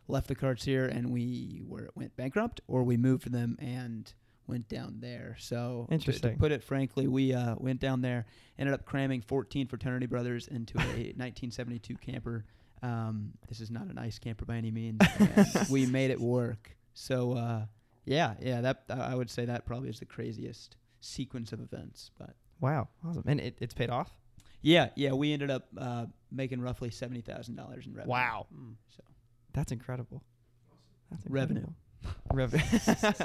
left the carts here and we were went bankrupt, or we moved them and went down there. So to- To, Interesting. put it frankly, we uh, went down there, ended up cramming 14 fraternity brothers into a 1972 camper. Um, this is not a nice camper by any means. and we made it work. So uh, yeah, yeah, that I I would say that probably is the craziest sequence of events, but. Wow, awesome, and it, it's paid off. Yeah, yeah, we ended up uh, making roughly seventy thousand dollars in revenue. Wow, So that's incredible. That's Revenue. Revenue.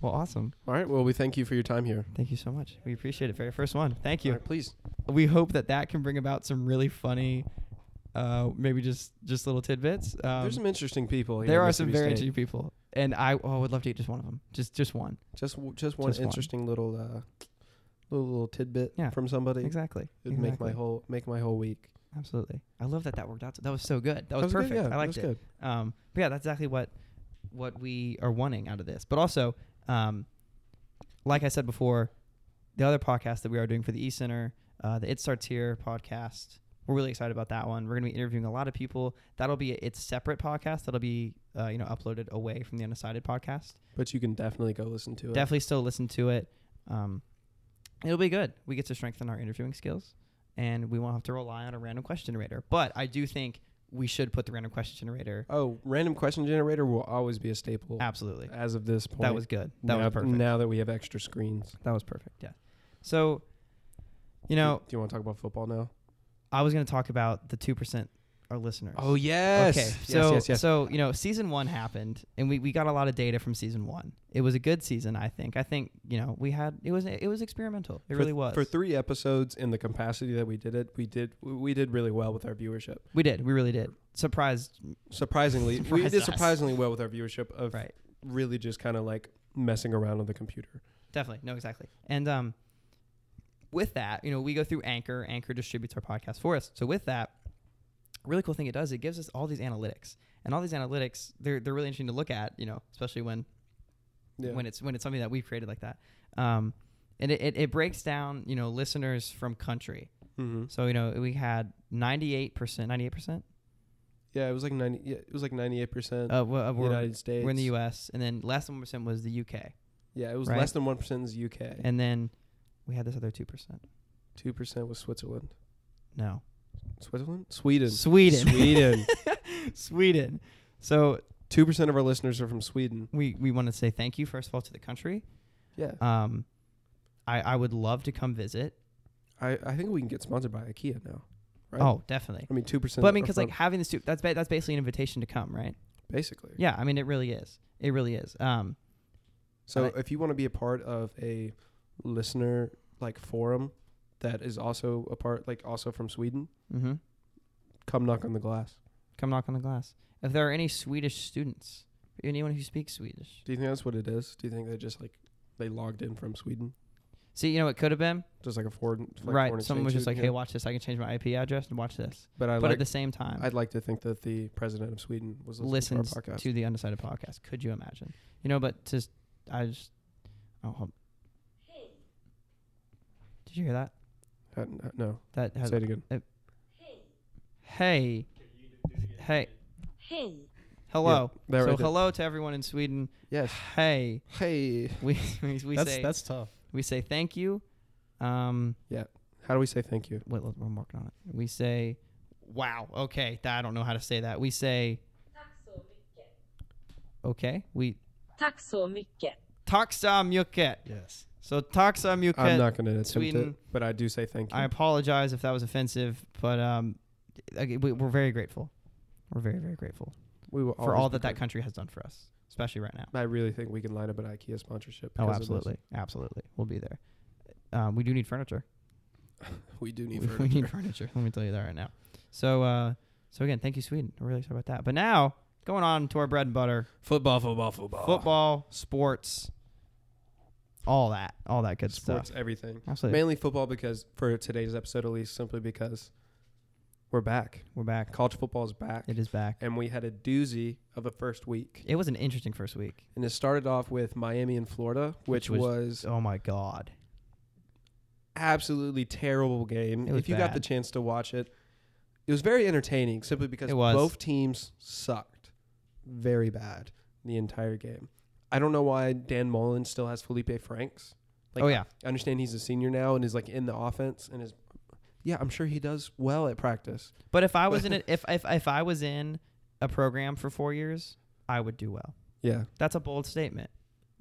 well, awesome. All right. Well, we thank you for your time here. Thank you so much. We appreciate it. Very first one. Thank you. All right, please. we hope that that can bring about some really funny, uh, maybe just just little tidbits. Um, There's some interesting people. here there in are some Mississippi very State. interesting people, and I oh, I would love to eat just one of them. Just just one. Just w- just one Just one. interesting little uh, little little tidbit Yeah, from somebody. Exactly. It'd make my Exactly. whole make my whole week. absolutely. I love that that worked out. so- That was so good. That was, good, perfect. yeah, I that liked was it. good. Um, but yeah, that's exactly what what we are wanting out of this. But also, um, like I said before, the other podcast that we are doing for the E Center, uh, the It Starts Here podcast, we're really excited about that one. We're going to be interviewing a lot of people. That'll be its separate podcast. That'll be uh, you know uploaded away from the Undecided podcast. But you can definitely go listen to it. Definitely still listen to it. Um, it'll be good. We get to strengthen our interviewing skills, and we won't have to rely on a random question generator. But I do think we should put the random question generator. oh, random question generator will always be a staple Absolutely. as of this point. That was good. That now, was perfect. Now that we have extra screens. That was perfect. Yeah. So, you know, do you want to talk about football now? I was going to talk about the two percent our listeners. Oh yes. Okay. Yes, So, yes, yes. so you know, season one happened, and we, we got a lot of data from season one. It was a good season, I think. I think you know we had it was it was experimental. It For- really was. For three episodes in the capacity that we did it, we did we did really well with our viewership. we did. We really did. Surprised. Surprisingly, we Surprised did us. surprisingly well with our viewership of Right. really just kind of like messing around on the computer. Definitely. No. Exactly. And um, with that, you know, we go through Anchor. Anchor distributes our podcast for us. So with that, really cool thing it does, it gives us all these analytics. And all these analytics, they're they're really interesting to look at, you know, especially when Yeah. when it's when it's something that we've created like that. Um, and it, it, it breaks down, you know, listeners from country. mm-hmm. So, you know, we had 98%, 98% Yeah, it was like ninety. Yeah, it was like ninety-eight percent of, of Uh, we're, United States. we're in the U.S. And then less than 1% was the U.K. Yeah, it was right? less than one percent in the UK. And then we had this other 2%. Two percent was Switzerland. No. Switzerland, Sweden, Sweden. Sweden. Sweden. So Two percent of our listeners are from Sweden. we, we want to say thank you, first of all, to the country. Yeah, Um, I, I would love to come visit. I, I think we can get sponsored by IKEA now. Right. Oh, definitely. I mean, two percent. But I mean, because like having this, that's ba- that's basically an invitation to come, right? basically. Yeah, I mean, it really is. It really is. Um, So and I- if you want to be a part of a listener like forum that is also a part like also from Sweden, hmm come knock on the glass. Come knock on the glass. If there are any Swedish students, anyone who speaks Swedish, Do you think that's what it is? Do you think they just like they logged in from Sweden? see, you know, what could have been just like a foreign, like foreign right. Someone was exchange just like, student, "Hey, yeah. watch this. I can change my IP address and watch this." But I but like, at the same time, I'd like to think that the president of Sweden was listening listens to our podcast. to the Undecided podcast. Could you imagine? You know, but just I just oh, hold- did you hear that? Uh, n- no, That has say it again. hey, hey, Hey. hello. there so I did. hello to everyone in Sweden. Yes. Hey, Hey, we we, we that's say that's tough. we say thank you. Um, how do we say thank you? wait, let- I'm working on it. We say wow. Okay, that, I don't know how to say that. We say okay. We Tack så mycket. tack så mycket. Yes. So tack så mycket. I'm not going to attempt Sweden. it, but I do say thank you. I apologize if that was offensive, but um, okay, we- we're very grateful. We're very, very grateful we will for always all be that that grateful. country has done for us, especially right now. I really think we can line up an IKEA sponsorship. Oh, because of this. absolutely, absolutely, we'll be there. Um, we do need furniture. We do We, need. we furniture. need furniture. Let me tell you that right now. So, uh, so again, thank you, Sweden. We're really excited about that. But now, going on to our bread and butter: football, football, football, football, sports, all that, all that good sports, stuff. everything. Absolutely, Mainly football because for today's episode, at least, simply because we're back. we're back. College football is back, It is back. and we had a doozy of a first week. It was an interesting first week. And it started off with Miami and Florida, which, Which was, was- Oh my god! absolutely terrible game. It was If you got the bad. chance to watch it, it was very entertaining simply because It was. both teams sucked very bad the entire game. I don't know why Dan Mullen still has Felipe Franks. Like, oh yeah, I understand he's a senior now and is like in the offense and is yeah, I'm sure he does well at practice. But if I was in a, if, if if I was in a program for four years, I would do well. Yeah. That's a bold statement.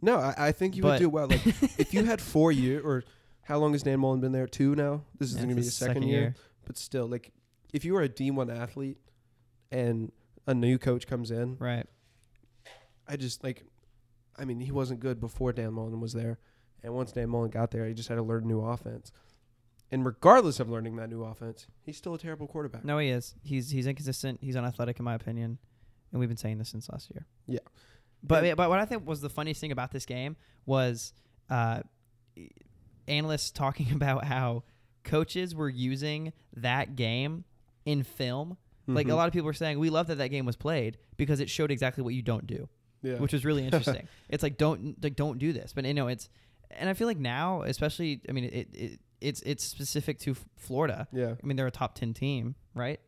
No, I, I think you But- would do well. Like if you had four year or how long has Dan Mullen been there? Two now? This is Yeah, gonna be it's his his second, year. But still, like if you were a D one athlete and a new coach comes in, right? I just like, I mean, he wasn't good before Dan Mullen was there, and once Dan Mullen got there, he just had to learn a new offense. And regardless of learning that new offense, he's still a terrible quarterback. No, he is. He's he's inconsistent. He's unathletic, in my opinion, and we've been saying this since last year. Yeah. But And- but what I think was the funniest thing about this game was uh, analysts talking about how coaches were using that game in film. Like a Mhm. lot of people were saying, we love that that game was played because it showed exactly what you don't do. yeah. which was really interesting. it's like don't like don't do this, but you know it's, and I feel like now, especially, I mean, it, it it's it's specific to F- Florida. yeah, I mean, they're a top ten team, right?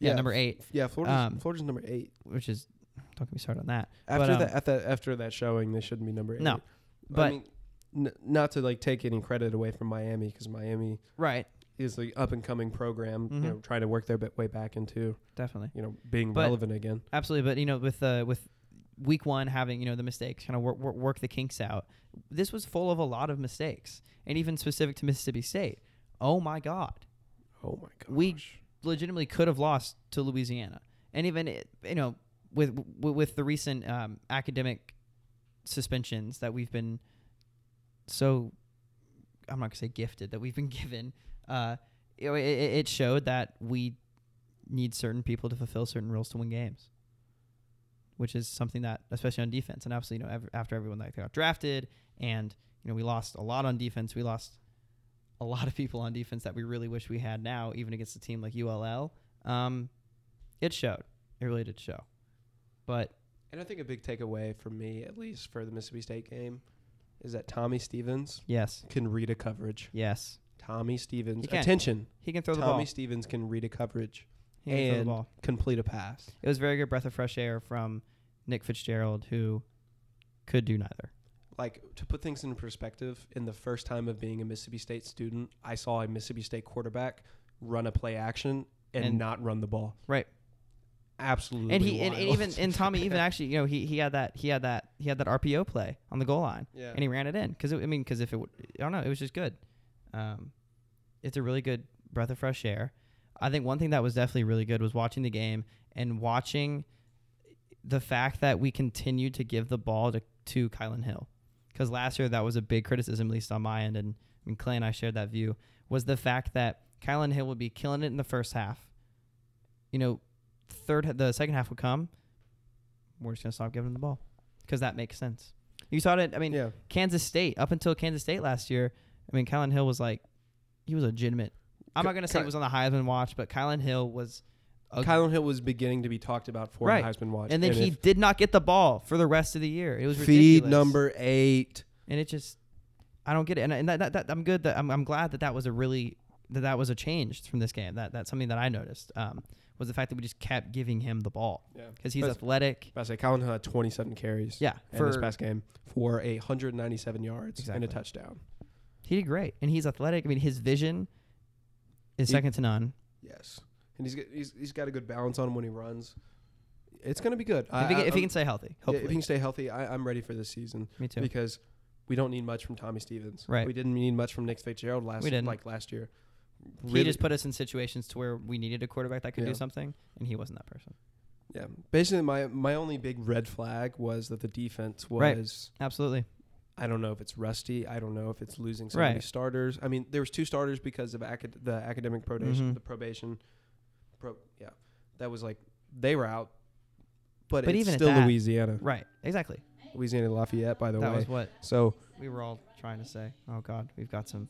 Yeah, Yeah. number eight, yeah. Florida's, Um, Florida's number eight. which is don't get me started on that. After um, that, at that, after that showing, they shouldn't be number eight. No, I but- mean, n- not to like take any credit away from Miami because Miami Right, is the up and coming program, Mhm. you know, trying to work their bit way back into definitely, you know being But- relevant again. absolutely. But you know, with uh, with week one having you know the mistakes, kind of work, work work the kinks out. This was full of a lot of mistakes, and even specific to Mississippi State. Oh my God, Oh my gosh. we legitimately could have lost to Louisiana, and even it- you know with with, with the recent um, academic suspensions that we've been so I'm not gonna say gifted that we've been given. Uh, you know, it, it it showed that we need certain people to fulfill certain roles to win games, which is something that especially on defense and obviously you know ev- after everyone that got drafted and you know we lost a lot on defense, we lost a lot of people on defense that we really wish we had now, even against a team like ULL. Um, it showed. It really did show. But And I think a big takeaway for me, at least for the Mississippi State game, is that Tommy Stevens yes, can read a coverage. yes, Tommy Stevens, He can. attention. he can throw the Tommy ball. Stevens can read a coverage, He can throw the and- ball. complete a pass. It was a very good breath of fresh air from Nick Fitzgerald, who could do neither. Like to put things in perspective, in the first time of being a Mississippi State student, I saw a Mississippi State quarterback run a play action and, And- not run the ball. Right. Absolutely. And he and, and wild. even and Tommy even actually you know he he had that he had that he had that RPO play on the goal line yeah. and he ran it in because I mean because if it would I don't know it was just good. Um, it's a really good breath of fresh air. I think one thing that was definitely really good was watching the game and watching the fact that we continued to give the ball to to Kylan Hill because last year that was a big criticism at least on my end and I mean, Clay and I shared that view was the fact that Kylan Hill would be killing it in the first half. You know, third the second half would come. We're just gonna stop giving him the ball because that makes sense. You saw it. I mean, yeah. Kansas State up until Kansas State last year. I mean, Colin Hill was like he was legitimate. I'm not gonna say Ky- it was on the Heisman watch, but Kylan Hill was. A, Kylan Hill was beginning to be talked about for Right. the Heisman watch, and then he if- did not get the ball for the rest of the year. It was feed ridiculous. number eight. and it just I don't get it. And, and that, that, that I'm good that I'm, I'm glad that that was a really that that was a change from this game. That that's something that I noticed um, was the fact that we just kept giving him the ball Yeah, because he's That's- athletic. I say Kylan Hill had 27 carries. Yeah, in this for- past game for a 197 yards and Exactly. a touchdown. he did great, and he's athletic. I mean, his vision is He- second to none. Yes, and he's got, he's, he's got a good balance on him when he runs. It's gonna be good. If he, can, if he I'm- can stay healthy, yeah, if he hopefully. can stay healthy, I, I'm ready for this season Me too. because we don't need much from Tommy Stevens. Right. We didn't need much from Nick Fitzgerald last We didn't. like last year. He Really- just put us in situations to where we needed a quarterback that could Yeah. do something, and he wasn't that person. yeah. Basically, my my only big red flag was that the defense was. Right. Absolutely. I don't know if it's rusty. I don't know if it's losing so many Right. starters. I mean, there was two starters because of acad- the academic probation, Mhm. the probation, pro- yeah, that was like they were out. But, But it's even at still that- Louisiana, Right. Exactly. Louisiana Lafayette, by the That way. was what so we were all trying to say. Oh God, we've got some.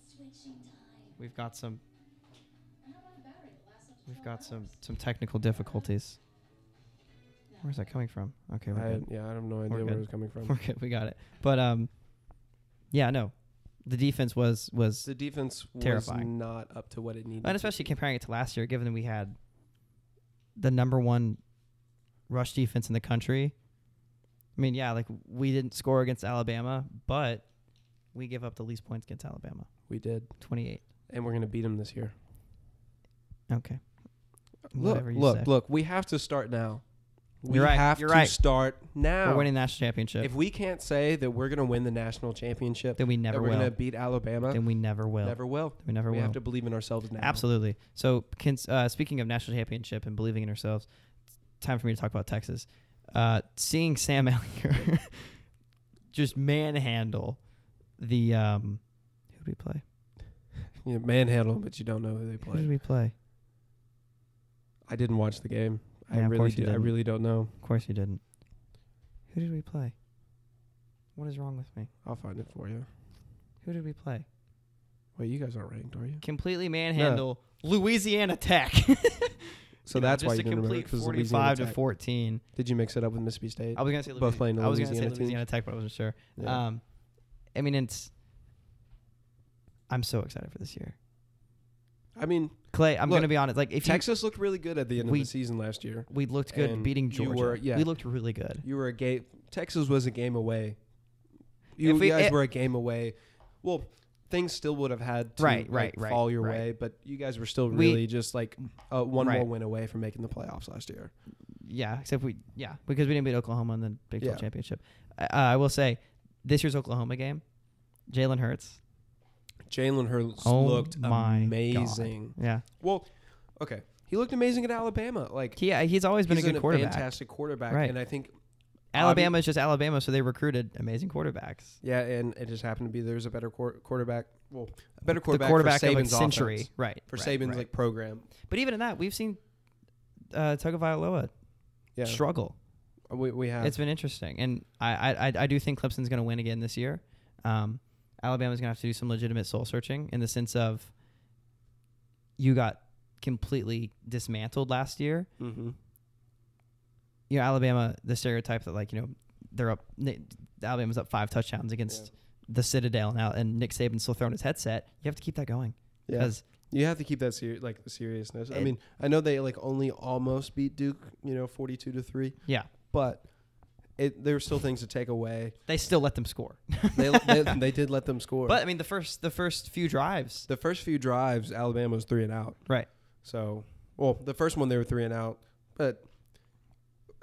We've got some. We've got some some technical difficulties. Where's that coming from? Okay, we're I, good. yeah, I have no idea We're where good. it was coming We're from. good. We got it. But um, yeah, no, the defense was was, The defense was Terrifying. not up to what it needed. and to especially be. comparing it to last year, given that we had the number one rush defense in the country. I mean, yeah, like we didn't score against Alabama, but we give up the least points against Alabama, we did, twenty eight. and we're gonna beat them this year. Okay. Look, Whatever you look, say. look. We have to start now. We You're right, have you're to right. start now. We're winning national championship. If we can't say that we're gonna win the national championship, then we that never we're will. gonna beat Alabama. then we never will. Never will. we never we will. have to believe in ourselves now. Absolutely. So, can, uh, speaking of national championship and believing in ourselves, time for me to talk about Texas. Uh, seeing Sam Ellinger just manhandle the um, who did we play? You manhandle, 'em, but you don't know who they Who did play. we play? I didn't watch the game. I Yeah, of really, course you do, I didn't. really don't know. Of course you didn't. Who did we play? What is wrong with me? I'll find it for you. Who did we play? Wait, you guys aren't ranked, are you? Completely manhandle Louisiana Tech. So You know, that's just why you a didn't remember complete because Louisiana forty-five to Tech. fourteen. Did you mix it up with Mississippi State? I was gonna say Both Louisiana. playing the I was gonna say Louisiana teams? Louisiana Tech, but I wasn't sure. Yeah. Um, I mean, it's. I'm so excited for this year, I mean, Clay. I'm Look, gonna be honest. Like, if you- Texas looked really good at the end We- of the season last year. we looked good and beating you Georgia, were- yeah. we looked really good. You were a game. Texas was a game away. You If we- guys it- were a game away. Well, things still would have had to Right, like, right, right, fall your right. way, but you guys were still We- really just like uh, one more Right. win away from making the playoffs last year. Yeah, except we, yeah, because we didn't beat Oklahoma in the Big Twelve Yeah. championship. Uh, I will say, this year's Oklahoma game, Jalen Hurts. Jalen Hurts Oh looked my God. amazing. Yeah, Well, okay, he looked amazing at Alabama. Like he uh, he's always been he's a good an quarterback. fantastic quarterback, Right. and I think Alabama is just Alabama, so they recruited amazing quarterbacks. yeah, and it just happened to be there's a better quar- quarterback. Well, a better The quarterback, quarterback for of a Saban's century, offense, right? for right, Saban's right. like program. But even in that, we've seen uh, Tagovailoa Yeah, struggle. we, we have It's been interesting, and I I, I- I do think Clemson's going to win again this year. Um, Alabama's going to have to do some legitimate soul searching in the sense of you got completely dismantled last year. mm-hmm. You know, Alabama, the stereotype that like you know they're up. Ni- Alabama's up five touchdowns against the Citadel now, and Nick Saban's still throwing his headset. You have to keep that going yeah. because You have to keep that ser- like the seriousness. I It- mean, I know they like only almost beat Duke, you know, forty-two to three, yeah, but it there were still things to take away. they still let them score. They they, they did let them score, But I mean, the first the first few drives, the first few drives, Alabama was three and out. right? So, well, the first one they were three and out, but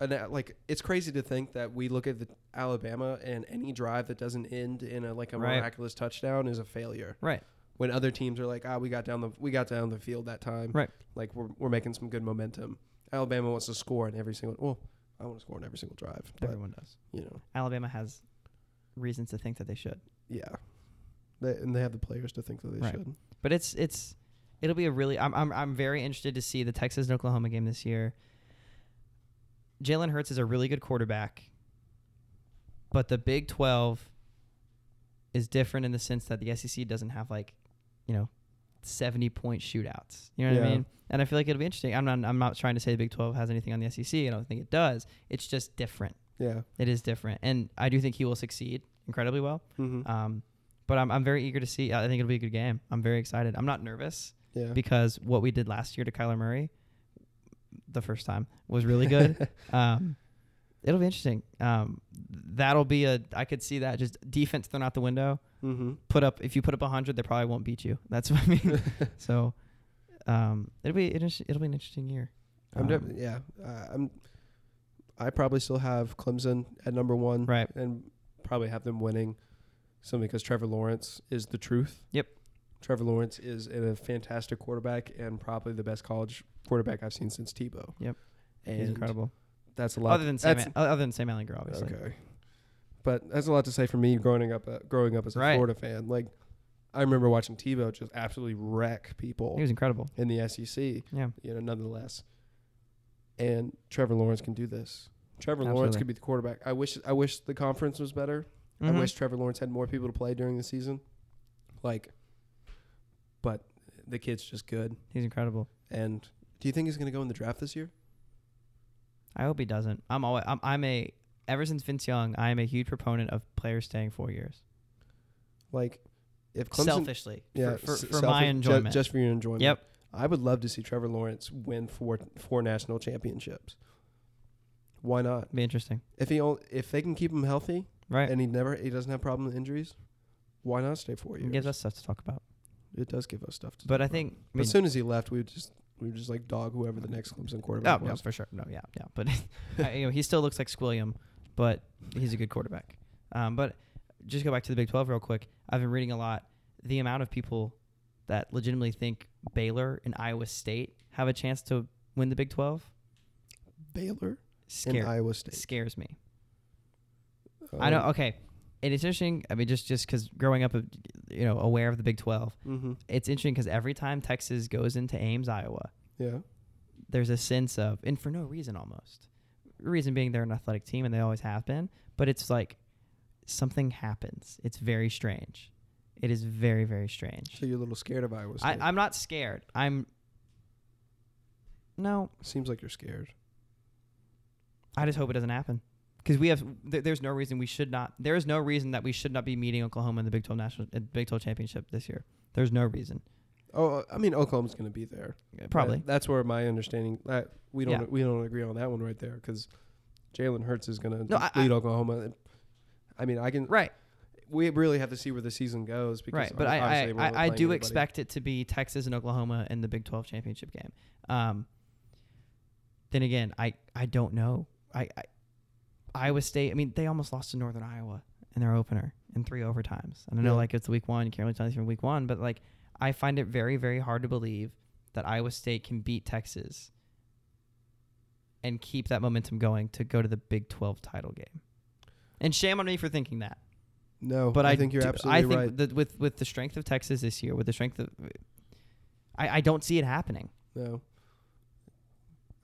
and that, like it's crazy to think that we look at the Alabama and any drive that doesn't end in a like a Right. miraculous touchdown is a failure. Right. When other teams are like, ah, we got down the we got down the field that time. Right. Like we're we're making some good momentum. Alabama wants to score in every single. Well, I want to score in every single drive, but Everyone does. you know, Alabama has reasons to think that they should. yeah. They, and they have the players to think that they Right. should. But it's it's it'll be a really I'm I'm I'm very interested to see the Texas and Oklahoma game this year. Jalen Hurts is a really good quarterback, but the Big E Twelve is different in the sense that the SEC doesn't have like, you know, seventy point shootouts. You know what I Yeah. mean? And I feel like it'll be interesting. I'm not I'm not trying to say the Big Twelve has anything on the SEC. I don't think it does. It's just different. Yeah. It is different, and I do think he will succeed incredibly well. Mm-hmm. Um, but I'm I'm very eager to see. I think it'll be a good game. I'm very excited. I'm not nervous yeah. because what we did last year to Kyler Murray, the first time, was really good. um, it'll be interesting. Um, that'll be a. I could see that just defense thrown out the window. mm-hmm. Put up if you put up hundred, they probably won't beat you. That's what I mean. so, um, it'll be it'll, it'll be an interesting year. I'm Um, definitely yeah. Uh, I'm. I probably still have Clemson at number one, Right. And probably have them winning, simply because Trevor Lawrence is the truth. Yep. Trevor Lawrence is a fantastic quarterback and probably the best college quarterback I've seen since Tebow. Yep. and He's incredible. That's a lot. Other than Sam, that's- Al- other than Sam Allen, obviously. Okay. But that's a lot to say for me growing up uh, growing up as a Right. Florida fan. Like I remember watching Tebow just absolutely wreck people He was incredible. in the E SEC, you Yeah. know, nonetheless. And Trevor Lawrence can do this. Trevor Lawrence Absolutely. could be the quarterback. I wish I wish the conference was better. Mhm. I wish Trevor Lawrence had more people to play during the season. Like but the kid's just good. He's incredible. And do you think he's going to go in the draft this year? I hope he doesn't. I'm always I'm, I'm a ever since Vince Young, I am a huge proponent of players staying four years. Like if Clemson Selfishly, yeah, for, for, s- for selfish- my ju- enjoyment. just for your enjoyment. yep, I would love to see Trevor Lawrence win four four national championships. Why not? be interesting, If he on- if they can keep him healthy right? and he never he doesn't have problem with injuries, why not stay four It years? gives us stuff to talk about. it does give us stuff. To But talk I about. think, I But mean, as soon as he left, we would just we would just like dog whoever the next Clemson oh quarterback no, was. for sure, no, yeah, yeah. But I, you know, he still looks like Squilliam, but he's a good quarterback. Um, but just go back to the Big Twelve real quick. I've been reading a lot. The amount of people that legitimately think Baylor and Iowa State have a chance to win the Big Twelve Baylor and scare, Iowa State. Uh, scares me. I know. Okay, and it's interesting. I mean, just just because growing up, uh, you know, aware of the Big Twelve, Mm-hmm. it's interesting because every time Texas goes into Ames, Iowa, Yeah. there's a sense of, and for no reason almost, reason being they're an athletic team and they always have been, but it's like something happens. It's very strange. It is very very strange. So you're a little scared of Iowa State. I, I'm not scared. I'm. No, Seems like you're scared. I just hope it doesn't happen. Because we have, th- there's no reason we should not. There is no reason that we should not be meeting Oklahoma in the Big Twelve national, uh, Big Twelve championship this year. There's no reason. Oh, I mean Oklahoma's going to be there. Probably. That- that's where my understanding. I, we don't Yeah. we don't agree on that one right there because Jalen Hurts is going to No, I- lead Oklahoma. I mean, I can. Right. We really have to see where the season goes because Right. But ob- I, obviously I, we're not I, I playing do anybody. expect it to be Texas and Oklahoma in the Big Twelve championship game. Um, then again, I, I don't know. I, I Iowa State. I mean, they almost lost to Northern Iowa in their opener in three overtimes. And I know Yeah. like it's week one. You can't really tell anything from week one, but like I find it very very hard to believe that Iowa State can beat Texas and keep that momentum going to go to the Big Twelve title game. And shame on me for thinking that No, but I, think you're do- absolutely I think right. that with with the strength of Texas this year, with the strength of, I, I don't see it happening. No.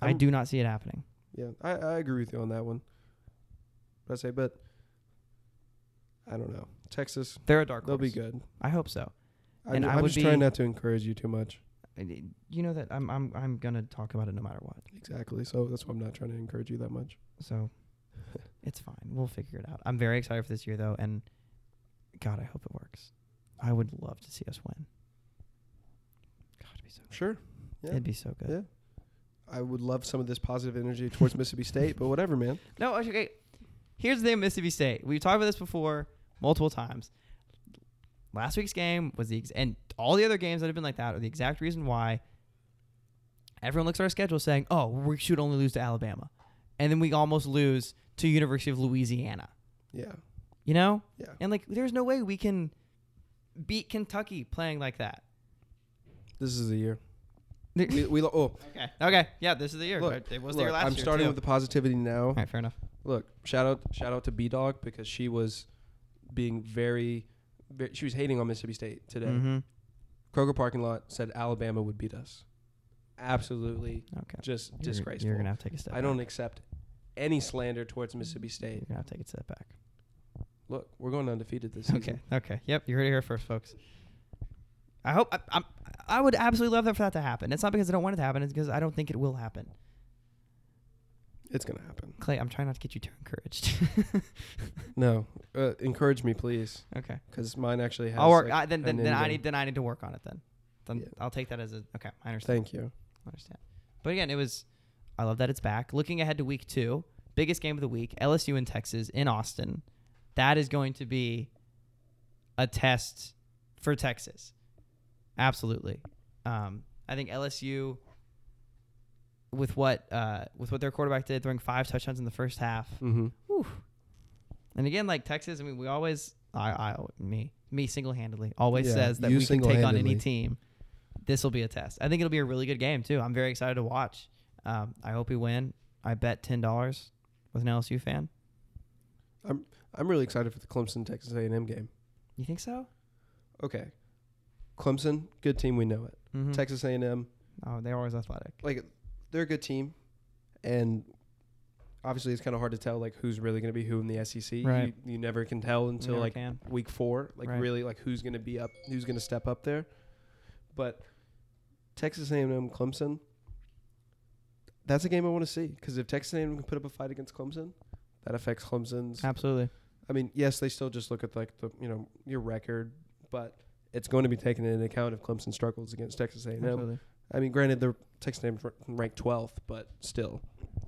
i I'm- do not see it happening. Yeah, I, I agree with you on that one. But I say, but I don't know. Texas, They're a dark horse. they'll be good. I hope so. I, And I am would just trying be- not to encourage you too much. I- You know that I'm I'm I'm gonna talk about it no matter what. Exactly. So that's why I'm not trying to encourage you that much. So it's fine. We'll figure it out. I'm very excited for this year though, and God, I hope it works. I would love to see us win. God, it'd be so. Sure. Yeah. It'd be so good. Yeah. I would love some of this positive energy towards Mississippi State, but whatever, man. No, okay. Here's the thing, Mississippi State. We've talked about this before multiple times. Last week's game was the ex- and all the other games that have been like that are the exact reason why everyone looks at our schedule saying, "Oh, we should only lose to Alabama," and then we almost lose to University of Louisiana. Yeah. You know, Yeah. and like, there's no way we can beat Kentucky playing like that. This is the year. There- We, we lo- oh, okay, okay, yeah, this is the year. Look, it was the look, year last I'm year, starting too. with the positivity now. All right, fair enough. Look, shout out shout out to B Dog because she was being very, ve- she was hating on Mississippi State today. Mm-hmm. Kroger parking lot said Alabama would beat us. Absolutely, Okay, just You're- disgraceful. You're gonna have to take a step. I don't back. accept any slander towards Mississippi State. You're gonna have to take a step back. Look, we're going undefeated this season. Okay. Okay. Yep. You heard it here first, folks. I hope I, I'm. I would absolutely love that for that to happen. It's not because I don't want it to happen. It's because I don't think it will happen. It's gonna happen. Clay, I'm trying not to get you too encouraged. No, uh, encourage me, please, okay, because mine actually has. I'll work. like, I, then, then, an then I ending. need then I need to work on it. Then, then Yeah. I'll take that as a okay. I understand. Thank you. I understand. But again, it was. I love that it's back. Looking ahead to week two, biggest game of the week, LSU in Texas in Austin. That is going to be a test for Texas. Absolutely. Um, I think LSU with what uh, with what their quarterback did, throwing five touchdowns in the first half. Mm-hmm. And again, like Texas, I mean, we always, I, I, me, me single handedly always Yeah, says that you we can take on any single-handedly. team. This will be a test. I think it'll be a really good game too. I'm very excited to watch. Um, I hope we win. I bet ten dollars with an LSU fan. I'm really excited for the Clemson Texas A&M game. You think so? Okay, Clemson, good team, we know it. Mm-hmm. Texas A&M, Oh, they're always athletic. like they're a good team, and obviously it's kind of hard to tell like who's really going to be who in the SEC. Right. You, you never can tell You until never like can. week four, like Right. really like who's going to be up, who's going to step up there. But Texas A&M, Clemson, that's a game I want to see because if Texas A&M can put up a fight against Clemson, that affects Clemson's. absolutely. I mean, yes, they still just look at like the you know your record, but it's going to be taken into account if Clemson struggles against Texas A&M. Absolutely. I mean, granted, they're Texas A&M ra- ranked 12th, but still,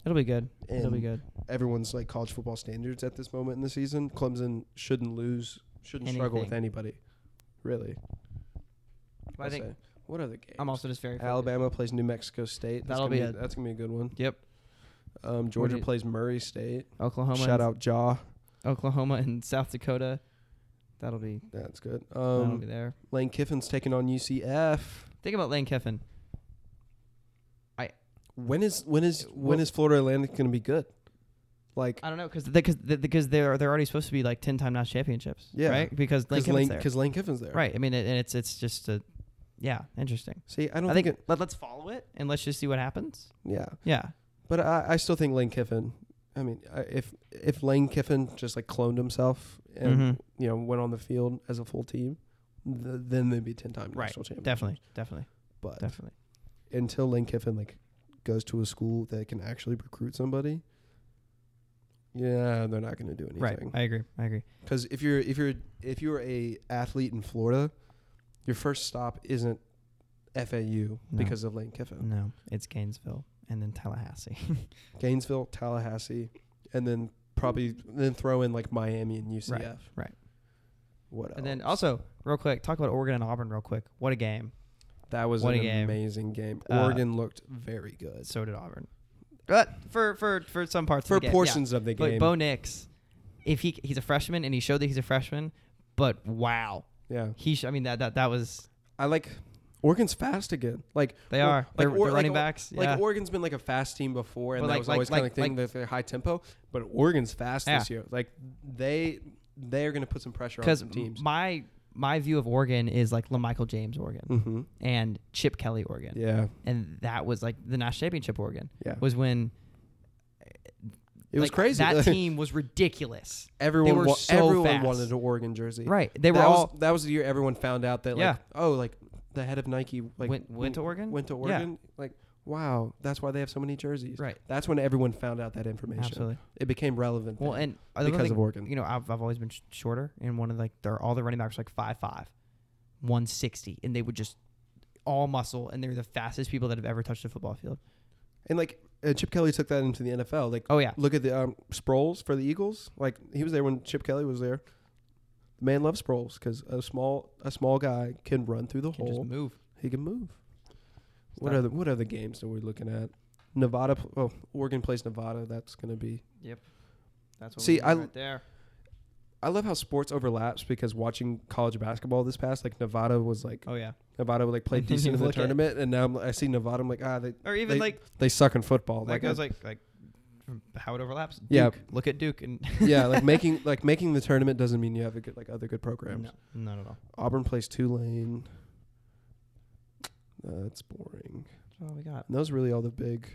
It'll be good. It'll be And good. everyone's like college football standards at this moment in the season. Clemson shouldn't lose, shouldn't struggle with anybody, really. I I'll think say. what other games? I'm also just very focused. Alabama plays New Mexico State. That's That'll gonna be a- that's gonna be a good one. Yep. Um, Georgia do you- plays Murray State. Oklahoma. Shout and- out Jaw. Oklahoma and South Dakota. That'll be. That's good. that'll be Um, there. Lane Kiffin's taking on UCF. Think about Lane Kiffin. When is when is when Well- is Florida Atlantic gonna be good? Like I don't know because because because they're they're already supposed to be like ten time national championships. Yeah. Right. Because Lane because Kiffin's Lane, there. 'cause Lane Kiffin's there. Right. I mean, it, and it's it's just a yeah, interesting. See, I I, don't think, think, it. let, let's follow it and let's just see what happens. Yeah. Yeah. But I, I still think Lane Kiffin. I mean, I, if if Lane Kiffin just like cloned himself and Mhm. you know went on the field as a full team, th- then they'd be ten time Right. national champion. Definitely. Definitely. But Definitely. until Lane Kiffin like goes to a school that can actually recruit somebody, yeah, they're not going to do Right. anything. I agree. I agree. Because if you're if you're if you're a athlete in Florida, your first stop isn't FAU because of Lane Kiffin. No, it's Gainesville and then Tallahassee. Gainesville, Tallahassee, and then probably then throw in like Miami and UCF. right. What else? and then also, real quick, talk about Oregon and Auburn real quick. What a game. that was what an a game. amazing game. Uh, Oregon looked very good So did Auburn. But for for for some parts Uh, for of the game, yeah. portions of the But game. Bo Nix, if he he's a freshman and he showed that he's a freshman, but wow, yeah, he sh- I mean that that that was I like Oregon's fast again. Like they Or- are they're, Or- they're running Or- backs. Like yeah. Oregon's been like a fast team before, and But that like- was like- always kind like- of thing like- that they're high tempo. But Oregon's fast this Yeah. year. Like they they are going to put some pressure on because some teams. my my view of Oregon is like LaMichael James Oregon mm-hmm. and Chip Kelly Oregon, Yeah, and that was like the national championship Oregon yeah. was when It was like, crazy. That team was ridiculous, everyone were wa- so everyone fast. wanted an Oregon jersey. right? They were that all was, that was the year everyone found out that like Yeah. oh like the head of Nike like Went- went to Oregon? went to Yeah. Oregon like wow that's why they have so many jerseys Right. that's when everyone found out that information absolutely it became relevant well, then, and another because thing, of Oregon you know I've, I've always been sh- shorter, and one of like they're all the running backs were like five five, one sixty, and they would just all muscle, and they're the fastest people that have ever touched a football field. and like uh, Chip Kelly took that into the NFL like Oh yeah, look at the um, Sproles for the Eagles like he was there when Chip Kelly was there the man loves Sproles because a small a small guy can run through the can just hole move. he can move what not- other what other games are we looking at Nevada pl- oh Oregon plays Nevada that's gonna be That's what we See, need I- right there. I love how sports overlaps because watching college basketball this past, like Nevada was like Oh yeah, Nevada would like play And then you decent in the look at- tournament, and now I'm, I see Nevada, I'm like ah they or even They- like they suck in football. like Like, uh, goes like like from how it overlaps. Oh Yeah. Duke. look at Duke and yeah, like making like making the tournament doesn't mean you have a good like other good programs. no, not at all. Auburn plays Tulane. Uh, That's boring. That's all we got. And those are really all the big.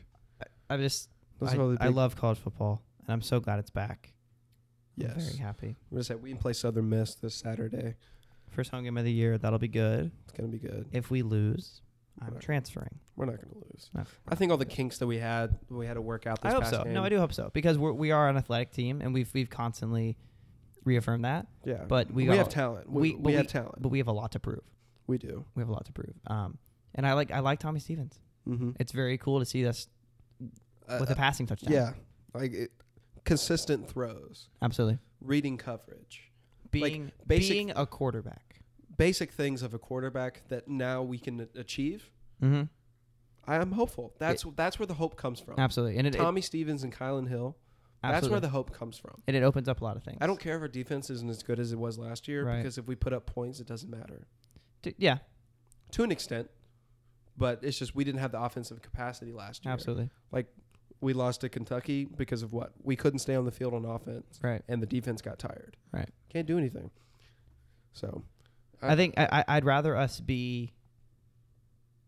I just Those I, are all the big. I love college football, and I'm so glad it's back. I'm Yes, very happy. we're gonna say we play Southern Miss this Saturday. First home game of the year. That'll be good. It's gonna be good. If we lose, I'm Whatever. transferring. We're not gonna lose. No. I think all the kinks that we had, we had to work out. This I hope past so. Game. No, I do hope so because we're, we are an athletic team and we've we've constantly reaffirmed that. Yeah, But we we have all- talent. we- We, we, but have talent. But we have a lot to prove. We do. We have a lot to prove. Um, and I like I like Tommy Stevens. Mm-hmm. It's very cool to see this with a passing touchdown. Uh, yeah, like it, consistent throws, absolutely. reading coverage, Being basic- being a quarterback. basic things of a quarterback that now we can a- achieve. Mm-hmm. I am hopeful. That's that's where the hope comes from. Absolutely. And it, it- Tommy Stevens and Kylan Hill. That's absolutely. where the hope comes from. and it opens up a lot of things. I don't care if our defense isn't as good as it was last year Right. because if we put up points, it doesn't matter D- yeah, to an extent. But it's just we didn't have the offensive capacity last year. absolutely. We lost to Kentucky because of what we couldn't stay on the field on offense, Right. and the defense got tired. Right. Can't do anything. So, I think I, I- I'd rather us be,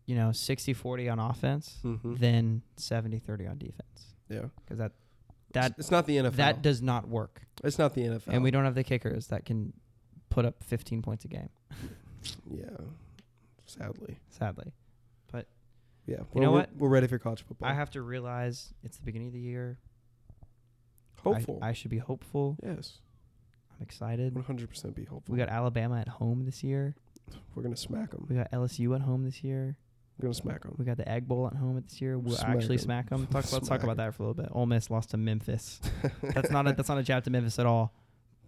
you know, 60-40 on offense Mhm. than 70-30 on defense yeah, because that that it's, it's not the NFL. that does not work, it's not the NFL. and we don't have the kickers that can put up 15 points a game. Yeah, sadly. Sadly, Yeah. You We're, know we're, what? we're ready for college football. I have to realize it's the beginning of the year. I- hopeful. I, should be hopeful. yes, I'm excited. one hundred percent. Be hopeful. We got Alabama at home this year. We're gonna smack them. We got LSU at home this year. We're gonna smack them. We got the Egg Bowl at home this year. We'll Smack actually 'em. smack them. Talk, let's talk Smack about 'em. that for a little bit. Ole Miss lost to Memphis. that's not a that's not a jab to Memphis at all.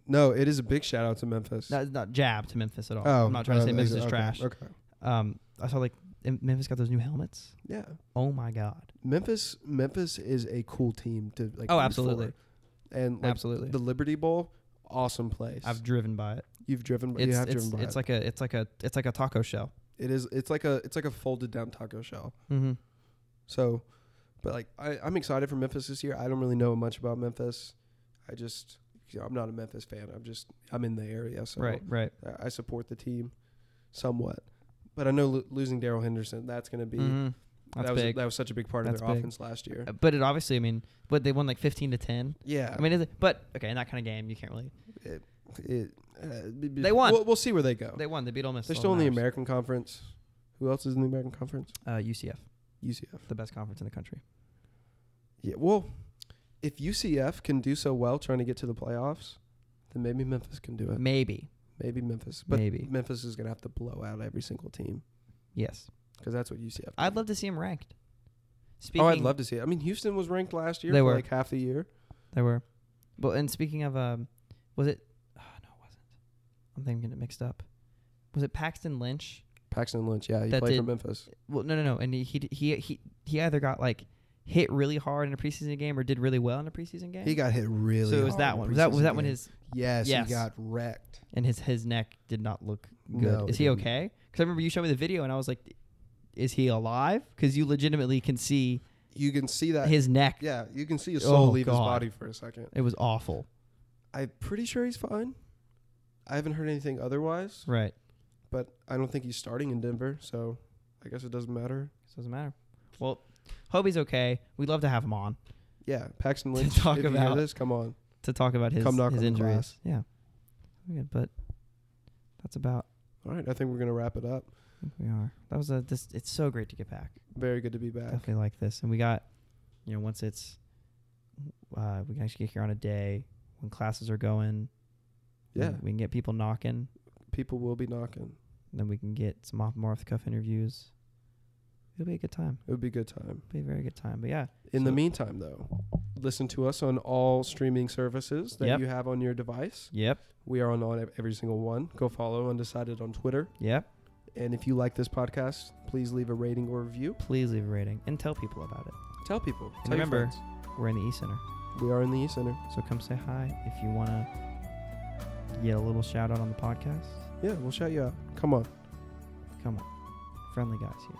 No, it is a big shout out to Memphis. That's not jab to Memphis at all. oh, I'm not trying to uh, say Memphis okay, is trash. Okay. Um, I saw like M- Memphis got those new helmets. Yeah. Oh my god! Memphis. Memphis is a cool team to like. Oh, root absolutely. for. And like, Absolutely. the Liberty Bowl, awesome place. I've driven by it. You've driven. By, It's you have it's, driven by it's it. like a it's like a it's like a taco shell. it is. It's like a. It's like a folded down taco shell. Mm-hmm. So, but like I, I'm excited for Memphis this year. I don't really know much about Memphis. I just you know, I'm not a Memphis fan. I'm just I'm in the area, so Right, right. I, I support the team somewhat. But I know lo- losing Daryl Henderson, that's going to be Mhm. That's that was big. that was such a big part That's of their big. offense last year. Uh, but it obviously, I mean, but they won like 15 to 10. Yeah, I mean, is it, but okay, in that kind of game, you can't really. it, uh, b- b- They won. We'll, we'll see where they go. They won. They beat Ole Miss. Oh. They're so it still in the matters. American Conference. Who else is in the American Conference? Uh, UCF, UCF. the best conference in the country. Yeah. Well, if UCF can do so well trying to get to the playoffs, then maybe Memphis can do it. Maybe. Maybe Memphis, but Maybe. Memphis is gonna have to blow out every single team Yes. because that's what UCF. I'd love to see him ranked. Speaking, oh, I'd love to see it. I mean, Houston was ranked last year They for were. like half the year. They were. But and speaking of, um, was it? Oh, no, it wasn't. I'm thinking I'm getting it mixed up. Was it Paxton Lynch? Paxton Lynch, yeah, he That played for did- Memphis. Well, no, no, no. And he he he he, he either got like hit really hard in a preseason game or did really well in a preseason game. He got hit really. so it was hard in that the one. Was that was preseason that when game. his Yes, Yes. he got wrecked. and his his neck did not look good. No, is it he didn't. okay? Because I remember you showed me the video and I was like, is he alive? Because you legitimately can see You can see that. his neck. Uh, yeah, you can see his Oh, soul leave his God. body for a second. It was awful. I'm pretty sure he's fine. I haven't heard anything otherwise, Right. but I don't think he's starting in Denver, so I guess it doesn't matter. So it doesn't matter. Well, hope he's okay. We'd love to have him on Yeah, Paxton To Lynch. talk if you hear about- this, come on. to talk about his Come knock his on the injuries. glass. Yeah. Okay, but that's about All right, I think we're gonna wrap it up. I think we are. That was a this it's so great to get back. Very good to be back. Definitely like this. And we got you know, once it's uh, we can actually get here on a day when classes are going. we- Yeah, We can get people knocking. people will be knocking. And then we can get some off more off the cuff interviews. It'll be a good time. It would be a good time. It'll be a very good time. But yeah, In the So- meantime, though, listen to us on all streaming services that Yep. you have on your device. yep, We are on all, every single one. Go follow Undecided on Twitter. yep. And if you like this podcast, please leave a rating or review. Please leave a rating and tell people about it. Tell people. And Tell your remember- friends. We're in the E Center, we are in the E Center. so come say hi if you wanna get a little shout out on the podcast. Yeah, we'll shout you out. Come on. Come on, friendly guys here.